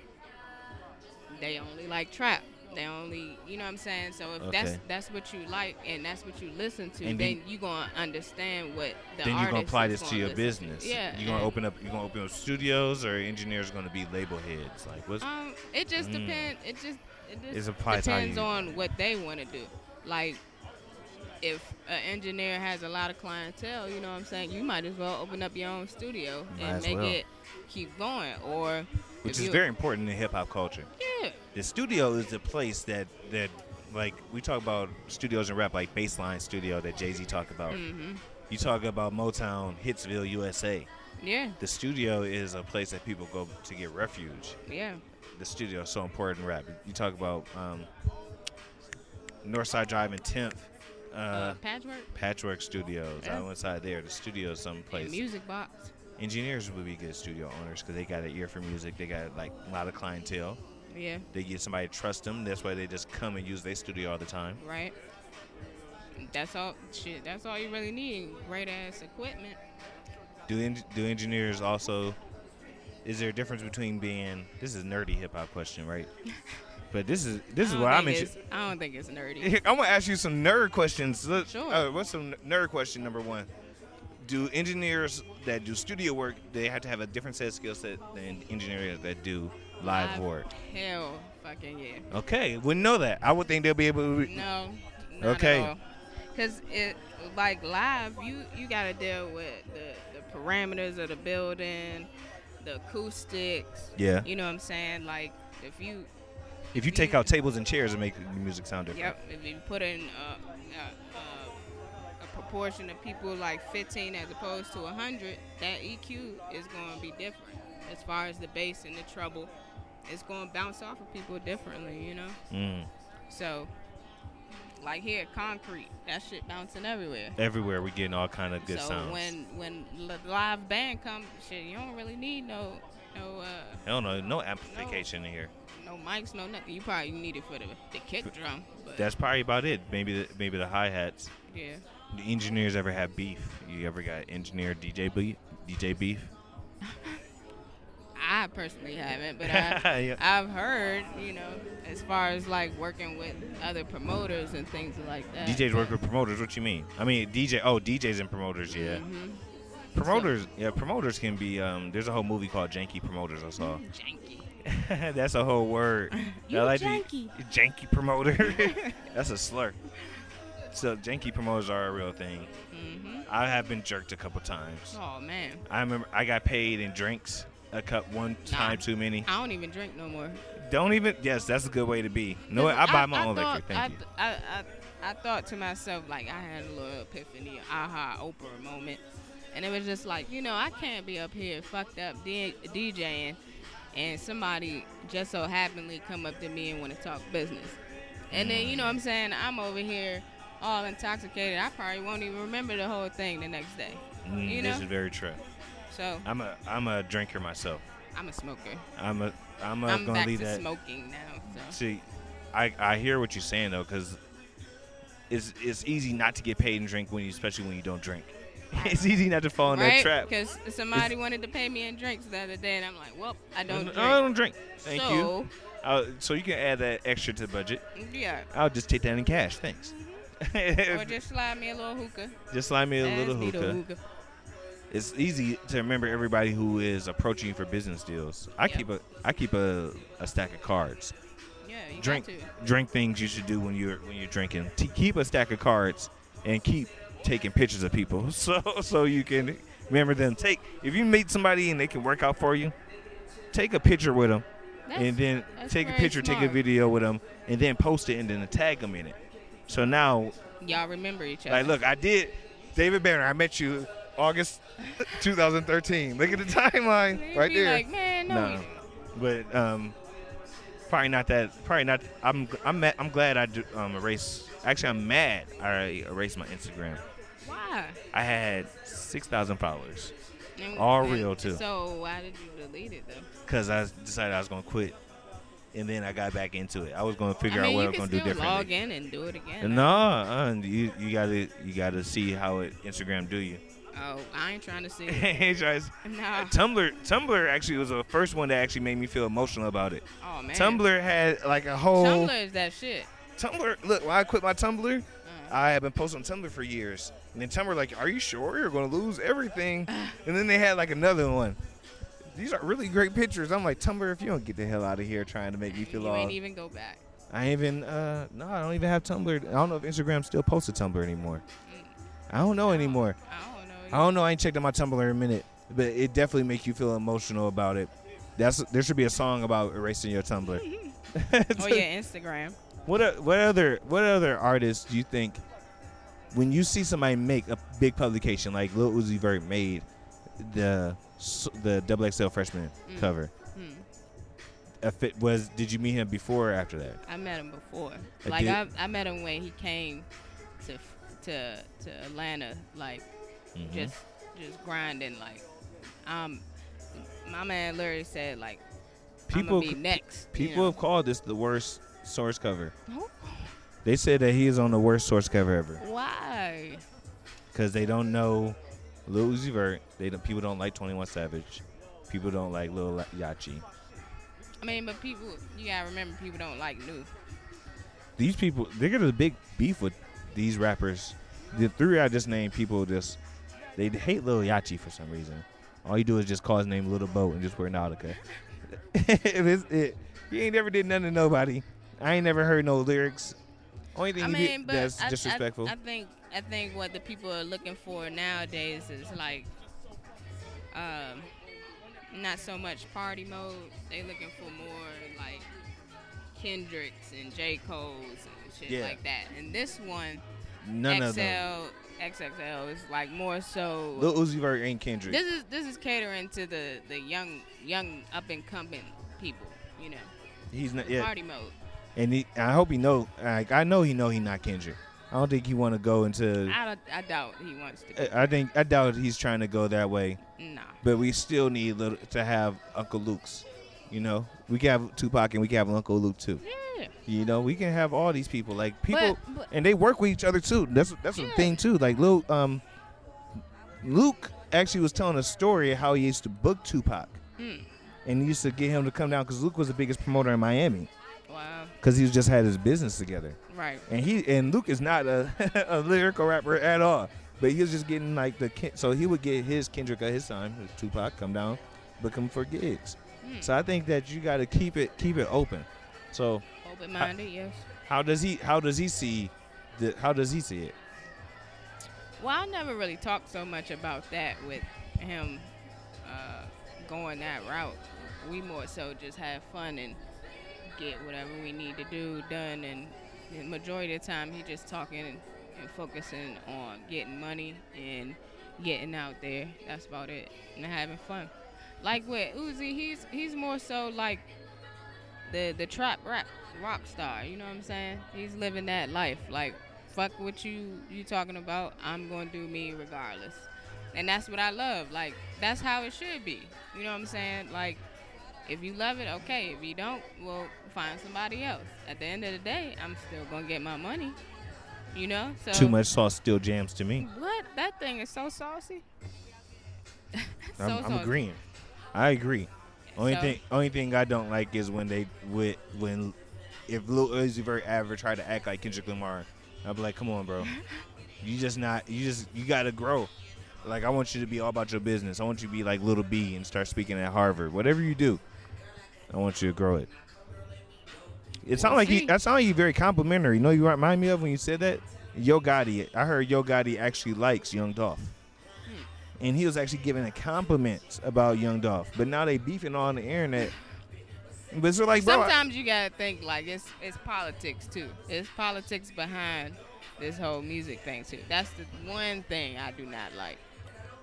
they only like trap. They only, you know what I'm saying. So if that's
Okay.
that's what you like and that's what you listen to,
And
then,
then-
you gonna understand what the
then
artist.
you're gonna apply
is
this to
gonna
your
listen
business.
Yeah.
You're gonna
and-
open up. You're gonna open up studios, or engineers gonna be label heads. Like what's
Um, it just
Mm.
depend. It just it just
It's applies how
depends
you-
on what they want to do. Like, if an engineer has a lot of clientele, you know what I'm saying. You might as well open up your own studio
Might
and
as
make
well.
it keep going. Or
which
if
is
you-
very important in hip hop culture.
Yeah.
The studio is the place that that like we talk about studios and rap, like Baseline Studio that Jay Z talked about.
Mhm.
You talk about Motown, Hitsville, USA.
Yeah.
The studio is a place that people go to get refuge.
Yeah.
The studio is so important in rap. You talk about um, Northside Drive and 10th. Uh,
Patchwork?
Patchwork Studios. I
Yeah.
went inside there. The studio is someplace.
Music box.
Engineers would be good studio owners because they got an ear for music. They got like a lot of clientele.
Yeah.
They get somebody to trust them. That's why they just come and use their studio all the time.
Right. That's all. Shit. That's all you really need. Great ass equipment.
Do en- do engineers also? Is there a difference between being? This is a nerdy hip hop
*laughs*
question, right? But this is this is
I don't
what I'm
think
interested.
it's- I don't think it's nerdy.
*laughs* I'm gonna ask you some nerd questions. Look,
Sure.
uh, what's some nerd question number one? Do engineers that do studio work they have to have a different set of skill set than engineers that do live
Live.
work?
Hell, fucking yeah.
Okay, wouldn't know that. I would think they'll be able. to...
No. Not
Okay.
Because it like live, you you gotta deal with the, the parameters of the building, the acoustics.
Yeah.
You know what I'm saying? Like if you
If you take out tables and chairs and make the music sound different.
yep if you put in uh, uh, uh, a proportion of people like 15 as opposed to 100, that EQ is going to be different as far as the bass and the treble. It's going to bounce off of people differently. You know.
Mm.
So, like here, concrete, that shit bouncing everywhere.
Everywhere we getting all kind of good
so
sounds.
when when li- live band comes, shit, you don't really need no no uh,
I don't know, no amplification in here.
no mics, no nothing. You probably need it for the the kick drum. But
That's probably about it. Maybe the, maybe the hi hats.
Yeah.
Do engineers ever have beef? You ever got engineer DJ beef? DJ beef?
I personally haven't,
*laughs*
but I,
Yeah.
I've heard, you know, as far as like working with other promoters and things like that.
DJs work with promoters. What you mean? I mean DJ. Oh, DJs and promoters. Yeah.
Mhm.
Promoters. Yeah, promoters can be. Um, there's a whole movie called Janky Promoters. I saw.
*laughs* Janky.
*laughs* That's a whole word.
You
I to-
janky. *laughs*
janky promoter. *laughs* That's a slur. So janky promoters are a real thing.
Mhm.
I have been jerked a couple times.
Oh
*laughs*
man,
I remember I got paid in drinks a cup one time too many.
I don't even drink no more.
Don't even. Yes, that's a good way to be. No, I, buy my own liquor. Thank
I,
you.
th- I, I, I thought to myself, like, I had a little epiphany, aha, Oprah moment. And it was just like, you know, I can't be up here fucked up D- DJing and somebody just so happenly come up to me and want to talk business. And then, you know what
Mm.
I'm saying, I'm over here all intoxicated. I probably won't even remember the whole thing the next day.
Mm,
you know?
this is very true.
so
I'm a I'm a drinker myself.
I'm a smoker.
I'm a I'm, a
I'm
gonna
back
leave
to
that.
smoking now. So.
See, I I hear what you're saying though, because it's it's easy not to get paid and drink when you, especially when you don't drink. *laughs* it's easy not to fall in that trap.
Because somebody wanted to pay me in drinks the other day, and I'm like, well, I don't drink.
I don't drink. Thank
so,
you. Uh, so you can add that extra to the budget.
Yeah.
I'll just take that in cash. Thanks.
or just slide me a little hookah.
Just slide me a
Pass
little
me the
hookah. It's easy to remember everybody who is approaching you for business deals. I
Yeah.
keep a I keep a, a stack of cards.
Yeah, you got
drink
to.
drink things you should do when you're when you're drinking. T- keep a stack of cards and keep taking pictures of people *laughs* so so you can remember them. Take if you meet somebody and they can work out for you, take a picture with them,
That's-
and then
that's
take a
very
picture, take
smart.
a video with them, and then post it and then tag them in it. So now
Y'all remember each other.
like, look, I did. David Banner, I met you
*laughs*
August 2013. Look at the timeline
They'd
right
be
there.
like, man, no, we
But um, probably not that. Probably not. I'm I'm ma- I'm glad I do, um erase. Actually, I'm mad. I erased my Instagram.
Why?
I had six thousand followers,
And-
all
and-
real too,
So why did you delete it though?
because I decided I was gonna quit, and then I got back into it. I was gonna figure
I mean,
out what
you
I was
can
gonna do
still
differently.
log in and do it again.
No, uh, you you gotta you gotta see how it Instagram do you. *laughs*
Oh, I ain't trying to see.
Ain't trying to-
Nah.
Tumblr Tumblr actually was the first one that actually made me feel emotional about it.
Oh, man.
Tumblr had like a whole
Tumblr is that
*laughs*
shit.
Tumblr. Look, when I quit my Tumblr, I had been posting on Tumblr for years, and then Tumblr like, "Are you sure you're gonna lose everything?" and then they had like another one. These are really great pictures. I'm like Tumblr. If you don't get the hell out of here trying to make me feel
You
all,
ain't even go back.
I ain't even. Uh, no, I don't even have Tumblr. I don't know if Instagram still posts a Tumblr anymore. I don't know anymore.
Mm. I don't know.
I don't know. I ain't checked on my Tumblr in a minute, but it definitely make you feel emotional about it. That's there should be a song about erasing your Tumblr.
*laughs* oh yeah, Instagram.
What o- what other what other artists do you think when you see somebody make a big publication like Lil Uzi Vert made the s- the Double XL Freshman
Mm.
cover?
Mm.
If it was did you meet him before or after that?
I met him before.
I
like
did-
I, I met him when he came to to to Atlanta, like
Mhm.
just just grinding. Like um, my man Larry said like I'm
c-
gonna be next.
People
you know?
have called this the worst source cover.
Who?
They said that he is on the worst source cover ever
Why?
because they don't know Lil Uzi Vert. They don't, people don't like Twenty One Savage. People don't like Lil La- Yachty.
I mean, but people, you gotta remember, people don't like new.
these people they got a big beef with these rappers. The three I just named people just they hate Lil Yachty for some reason. All you do is just call his name Little Boat and just wear Nautica. *laughs* It is- it- He ain't never did nothing to nobody. I ain't never heard no lyrics. Only thing
I
he
mean,
did
but
that's
I, I-
disrespectful.
I, think I think what the people are looking for nowadays is like, um, not so much party mode. They looking for more like Kendricks and J Coles and shit
Yeah.
like that. And this one,
None
XL,
of them.
XXL is like more so.
Lil Uzi Vert ain't Kendrick.
This is this is catering to the the young young up and coming people. You know,
He's not yeah.
party mode.
And he, I hope he know. Like I know he know he not Kendrick. I don't think he want to go into.
I, don't- I doubt he wants to.
I I think I doubt he's trying to go that way.
Nah.
But we still need little, to have Uncle Luke's. You know, we can have Tupac and we can have Uncle Luke too.
Yeah.
You know, we can have all these people like people,
But- but-
and they work with each other too. That's that's the thing too. Like Lil, um, Luke actually was telling a story of how he used to book Tupac,
Hmm.
and he used to get him to come down because Luke was the biggest promoter in Miami
Wow.
because he just had his business together.
Right.
And he and Luke is not a, *laughs* a lyrical rapper at all, but he was just getting like the Ken- so he would get his Kendrick at his time, his Tupac come down, book him for gigs.
Hmm.
So I think that you got to keep it keep it open. So
Open minded, yes.
how does he how does he see the how does he see it?
Well, I never really talked so much about that with him uh, going that route. We more so just have fun and get whatever we need to do done. And the majority of the time, he just talking and, and focusing on getting money and getting out there. That's about it. And having fun. Like with Uzi, he's he's more so like the the trap rap rock star. You know what I'm saying? He's living that life. Like fuck what you you talking about. I'm gonna do me regardless, and that's what I love. Like that's how it should be. You know what I'm saying? Like if you love it, okay. If you don't, well, find somebody else. At the end of the day, I'm still gonna get my money. You know? So
Too much sauce still jams to me.
What that thing is so saucy. *laughs* So
I'm, I'm
saucy.
agreeing. I agree. Only
So-
thing only thing I don't like is when they with when if Lil Uzi Vert ever tried to act like Kendrick Lamar, I'd be like, come
*laughs*
on, bro. You just not you just you gotta grow. Like I want you to be all about your business. I want you to be like little B and start speaking at Harvard. Whatever you do, I want you to grow it. It sounds like you, that sounds like you very complimentary. You know, you remind me of when you said that. Yo Gotti, I heard Yo Gotti actually likes Young Dolph and he was actually giving a compliment about Young Dolph. But now they beefing on the internet. But it's like, bro, I-
Sometimes you gotta think like it's it's politics too. It's politics behind this whole music thing too. That's the one thing I do not like.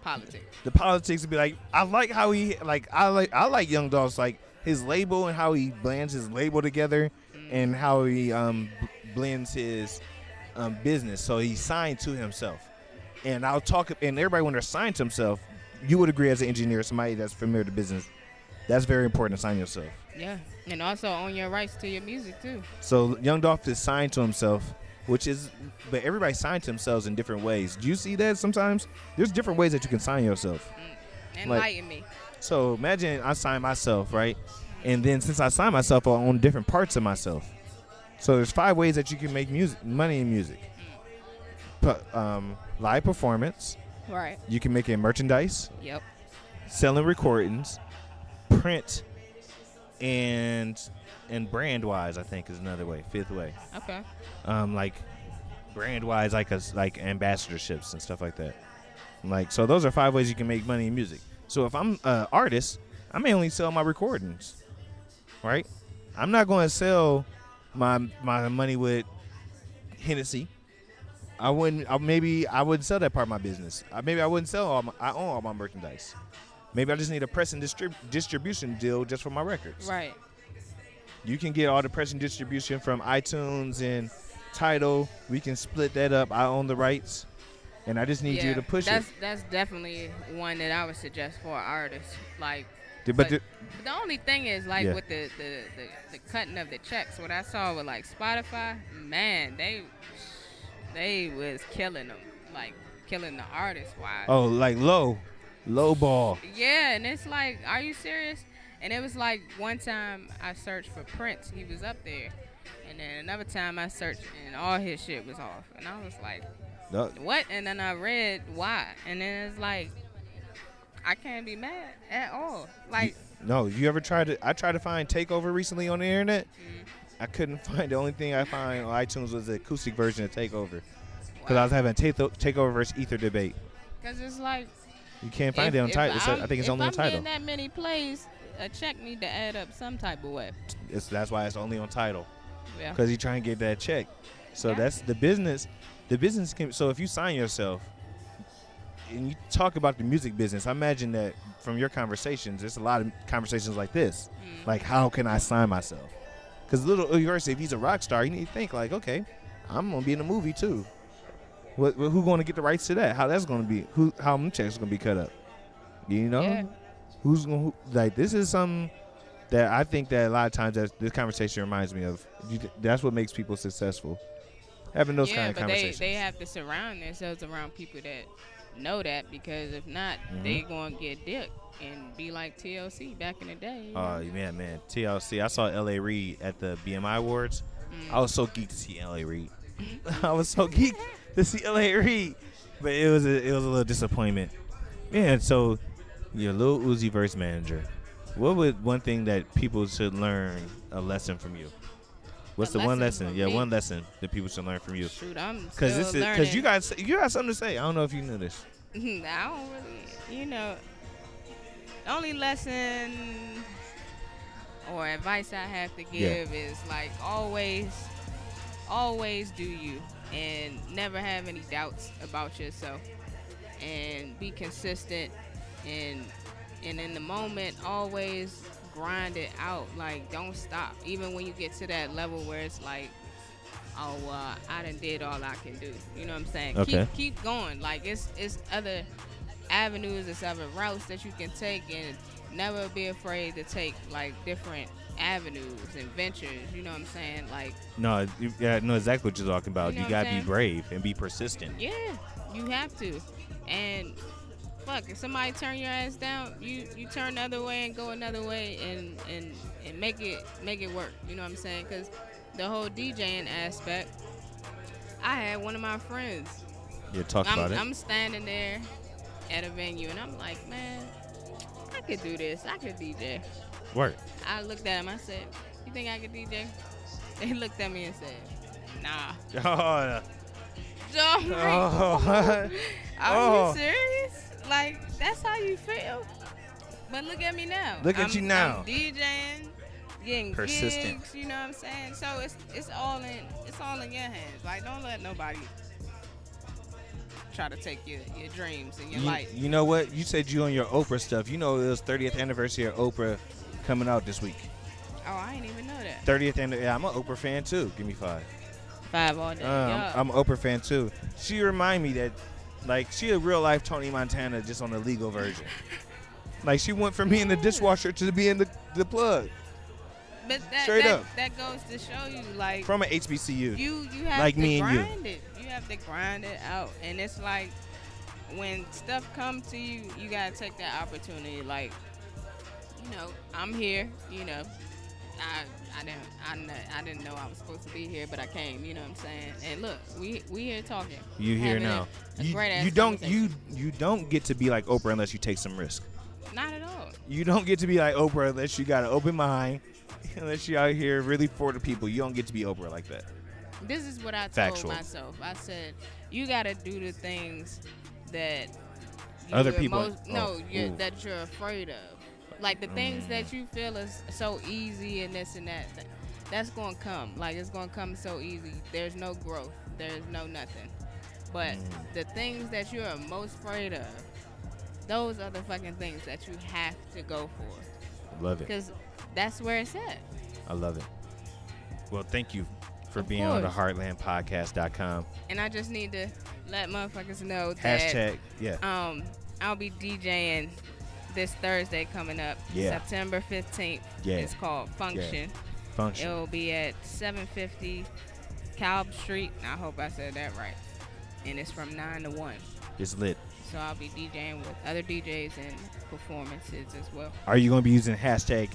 Politics.
the politics would be like, I like how he like I like I like Young Dolph's like his label and how he blends his label together and how he um, b- blends his um, business. So he signed to himself. And I'll talk, and everybody, when they're signed to himself, you would agree as an engineer, somebody that's familiar to business, that's very important to sign yourself.
Yeah, and also own your rights to your music too.
So Young Dolph is signed to himself, which is, but everybody signed to themselves in different ways. Do you see that sometimes? There's different ways that you can sign yourself.
Enlighten me.
So imagine I sign myself, right? And then since I sign myself, I own different parts of myself. So there's five ways that you can make music, money in music. Pu- um, live performance.
Right.
You can make it in merchandise,
Yep.
selling recordings, print, and and brand wise, I think is another way. Fifth way.
Okay.
Um, like brand wise, like us, like ambassadorships and stuff like that. Like so, those are five ways you can make money in music. So if I'm an artist, I may only sell my recordings, right? I'm not going to sell my my money with Hennessy. I wouldn't. I, maybe I wouldn't sell that part of my business. I, maybe I wouldn't sell all. My, I own all my merchandise. Maybe I just need a press and distrib- distribution deal just for my records.
Right.
You can get all the press and distribution from iTunes and Title. We can split that up. I own the rights, and I just need you to push
that's,
it.
That's definitely one that I would suggest for artists. Like,
Th- But th-
but the only thing is like
Yeah.
with the the, the the cutting of the checks. What I saw with like Spotify, man, they they was killing them, like killing the artists. Why?
oh, like low, low ball.
Yeah, and it's like, are you serious? And it was like one time I searched for Prince, he was up there, and then another time I searched and all his shit was off, and I was like,
No.
what? And then I read why, and then it's like, I can't be mad at all. Like,
No, you ever tried to? I tried to find Takeover recently on the internet.
Mm.
I couldn't *laughs* find. The only thing I find on iTunes was the acoustic version of Takeover, because I was having a take, Takeover versus Ether debate.
cause it's like
You can't find it on Title. It's- I think it's
if
only
I'm
on Title.
getting that many plays, a check need to add up some type of way.
It's, that's why it's only on Title,
Yeah.
because you trying to get that check. So that's the business. The business can. So if you sign yourself, and you talk about the music business, I imagine that from your conversations, there's a lot of conversations like this, like how can I sign myself? Because little Uverse, if he's a rock star, you need to think like, okay, I'm gonna be in a movie too. What, wh- who going to get the rights to that? How that's going to be? Who? How them checks going to be cut up? You know,
Yeah.
who's going? Who, like this is something that I think that a lot of times that this conversation reminds me of. You, that's what makes people successful, having those
yeah,
kind of
but they,
conversations.
they have to surround themselves around people that know that because if not,
Mhm.
they gonna get dick and be like TLC back in the day.
Oh man, man, TLC. I saw L.A. Reid at the BMI Awards.
Mm.
I was so geeked to see L.A. Reid. *laughs* I was so geeked to see L.A. Reid, but it was a, it was a little disappointment. Man, so your little Uzi verse manager. What would one thing that people should learn a lesson from you? What's the one
lesson
lesson?
from
Yeah,
me?
one lesson that people should learn from you.
Shoot, I'm
this
still
is because you
learning.
got you got something to say. I don't know if you knew this.
*laughs* I don't really, you know. The only lesson or advice I have to
Yeah.
give is like always, always do you and never have any doubts about yourself and be consistent and and in the moment always grind it out like don't stop even when you get to that level where it's like oh well i done did all i can do you know what i'm saying
Okay.
keep keep going like it's it's other avenues it's other routes that you can take and never be afraid to take like different avenues and ventures you know what i'm saying like
No, you, yeah, I know exactly what you're talking about.
You know
You,
what I'm
gotta be
saying?
brave and be persistent. *laughs*
Yeah, you have to. And fuck, if somebody turn your ass down, you you turn the other way and go another way and and and make it make it work. You know what I'm saying? Because the whole DJing aspect, I had one of my friends.
Yeah, talk
I'm,
about it.
I'm standing there at a venue and I'm like, man, I could do this. I could DJ.
Work.
I looked at him. I said, you think I could DJ? *laughs* They looked at me and said, nah. *laughs*
Oh,
So I'm like,
*laughs*
Oh.
Are
Oh.
you serious? Like that's how you feel? But look at me now.
Look at
I'm-
you now.
I'm DJing, getting
Persistent.
gigs. You know what I'm saying? So it's it's all in it's all in your hands. Like don't let nobody try to take your, your dreams and your
you,
life.
you know what? You said you on your Oprah stuff. You know it was 30th anniversary of Oprah coming out this week.
Oh, I didn't even know that.
30th anniversary. Yeah, I'm an Oprah fan too. Give me five.
Five all day.
Um, I'm an Oprah fan too. She remind me that, like, she a real life Tony Montana just on a
*laughs*
legal version. like she went from being the dishwasher to being the the plug
But that,
Straight
that,
up.
that goes to show you, like
from an HBCU.
You you have
like
to
me
grind
and you.
it. You have to grind it out, and it's like when stuff comes to you, you gotta take that opportunity. Like, you know, I'm here. You know, I I didn't I, kn- I didn't know I was supposed to be here, but I came. You know what I'm saying? And look, we we here talking.
You here
having a-
now.
a
You,
great-ass
you don't you you don't get to be like Oprah unless you take some risk.
Not at all.
You don't get to be like Oprah unless you got an open mind, *laughs* unless you out here really for the people. You don't get to be Oprah like that.
This is what I told
Factual.
myself. I said, you gotta do the things that
Other
you're
people-
most- no,
oh,
you're,
ooh. Mm.
that you're afraid of. Like the things that you feel is so easy and this and that. th- That's gonna come. Like it's gonna come so easy. There's no growth. There's no nothing. But
Mm.
the things that you are most afraid of, those are the fucking things that you have to go for.
Love it.
Because that's where it's at.
I love it. Well, thank you for being on the
course.
heartlandpodcast.com.
And I just need to let motherfuckers know that
Hashtag, yeah.
Um, I'll be DJing this Thursday coming up,
Yeah.
September fifteenth.
Yeah.
It's called
Yeah.
Function.
Function.
It will be at seven fifty Calb Street. I hope I said that right. And it's from nine to one.
It's lit.
So I'll be DJing with other DJs and performances as well.
Are you going to be using hashtag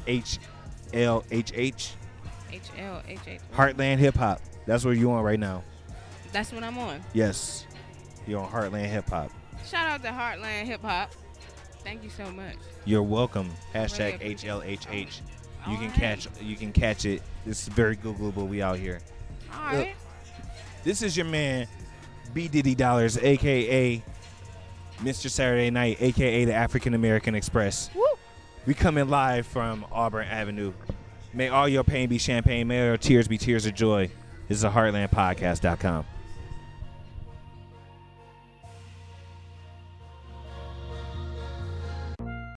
HLHH?
H L H H.
Heartland Hip Hop. That's where you on right now.
That's what I'm on.
Yes. You're on Heartland Hip Hop.
Shout out to Heartland Hip Hop. Thank you so much.
You're welcome.
Really
Hashtag
appreciate
HLHH. You can catch you can catch it. It's very Googleable. We out here.
All
Look,
right.
This is your man, B Diddy Dollars, aka Mr. Saturday Night, aka the African American Express.
Woo.
We coming live from Auburn Avenue. May all your pain be champagne. May your tears be tears of joy. This is a heartlandpodcast.com.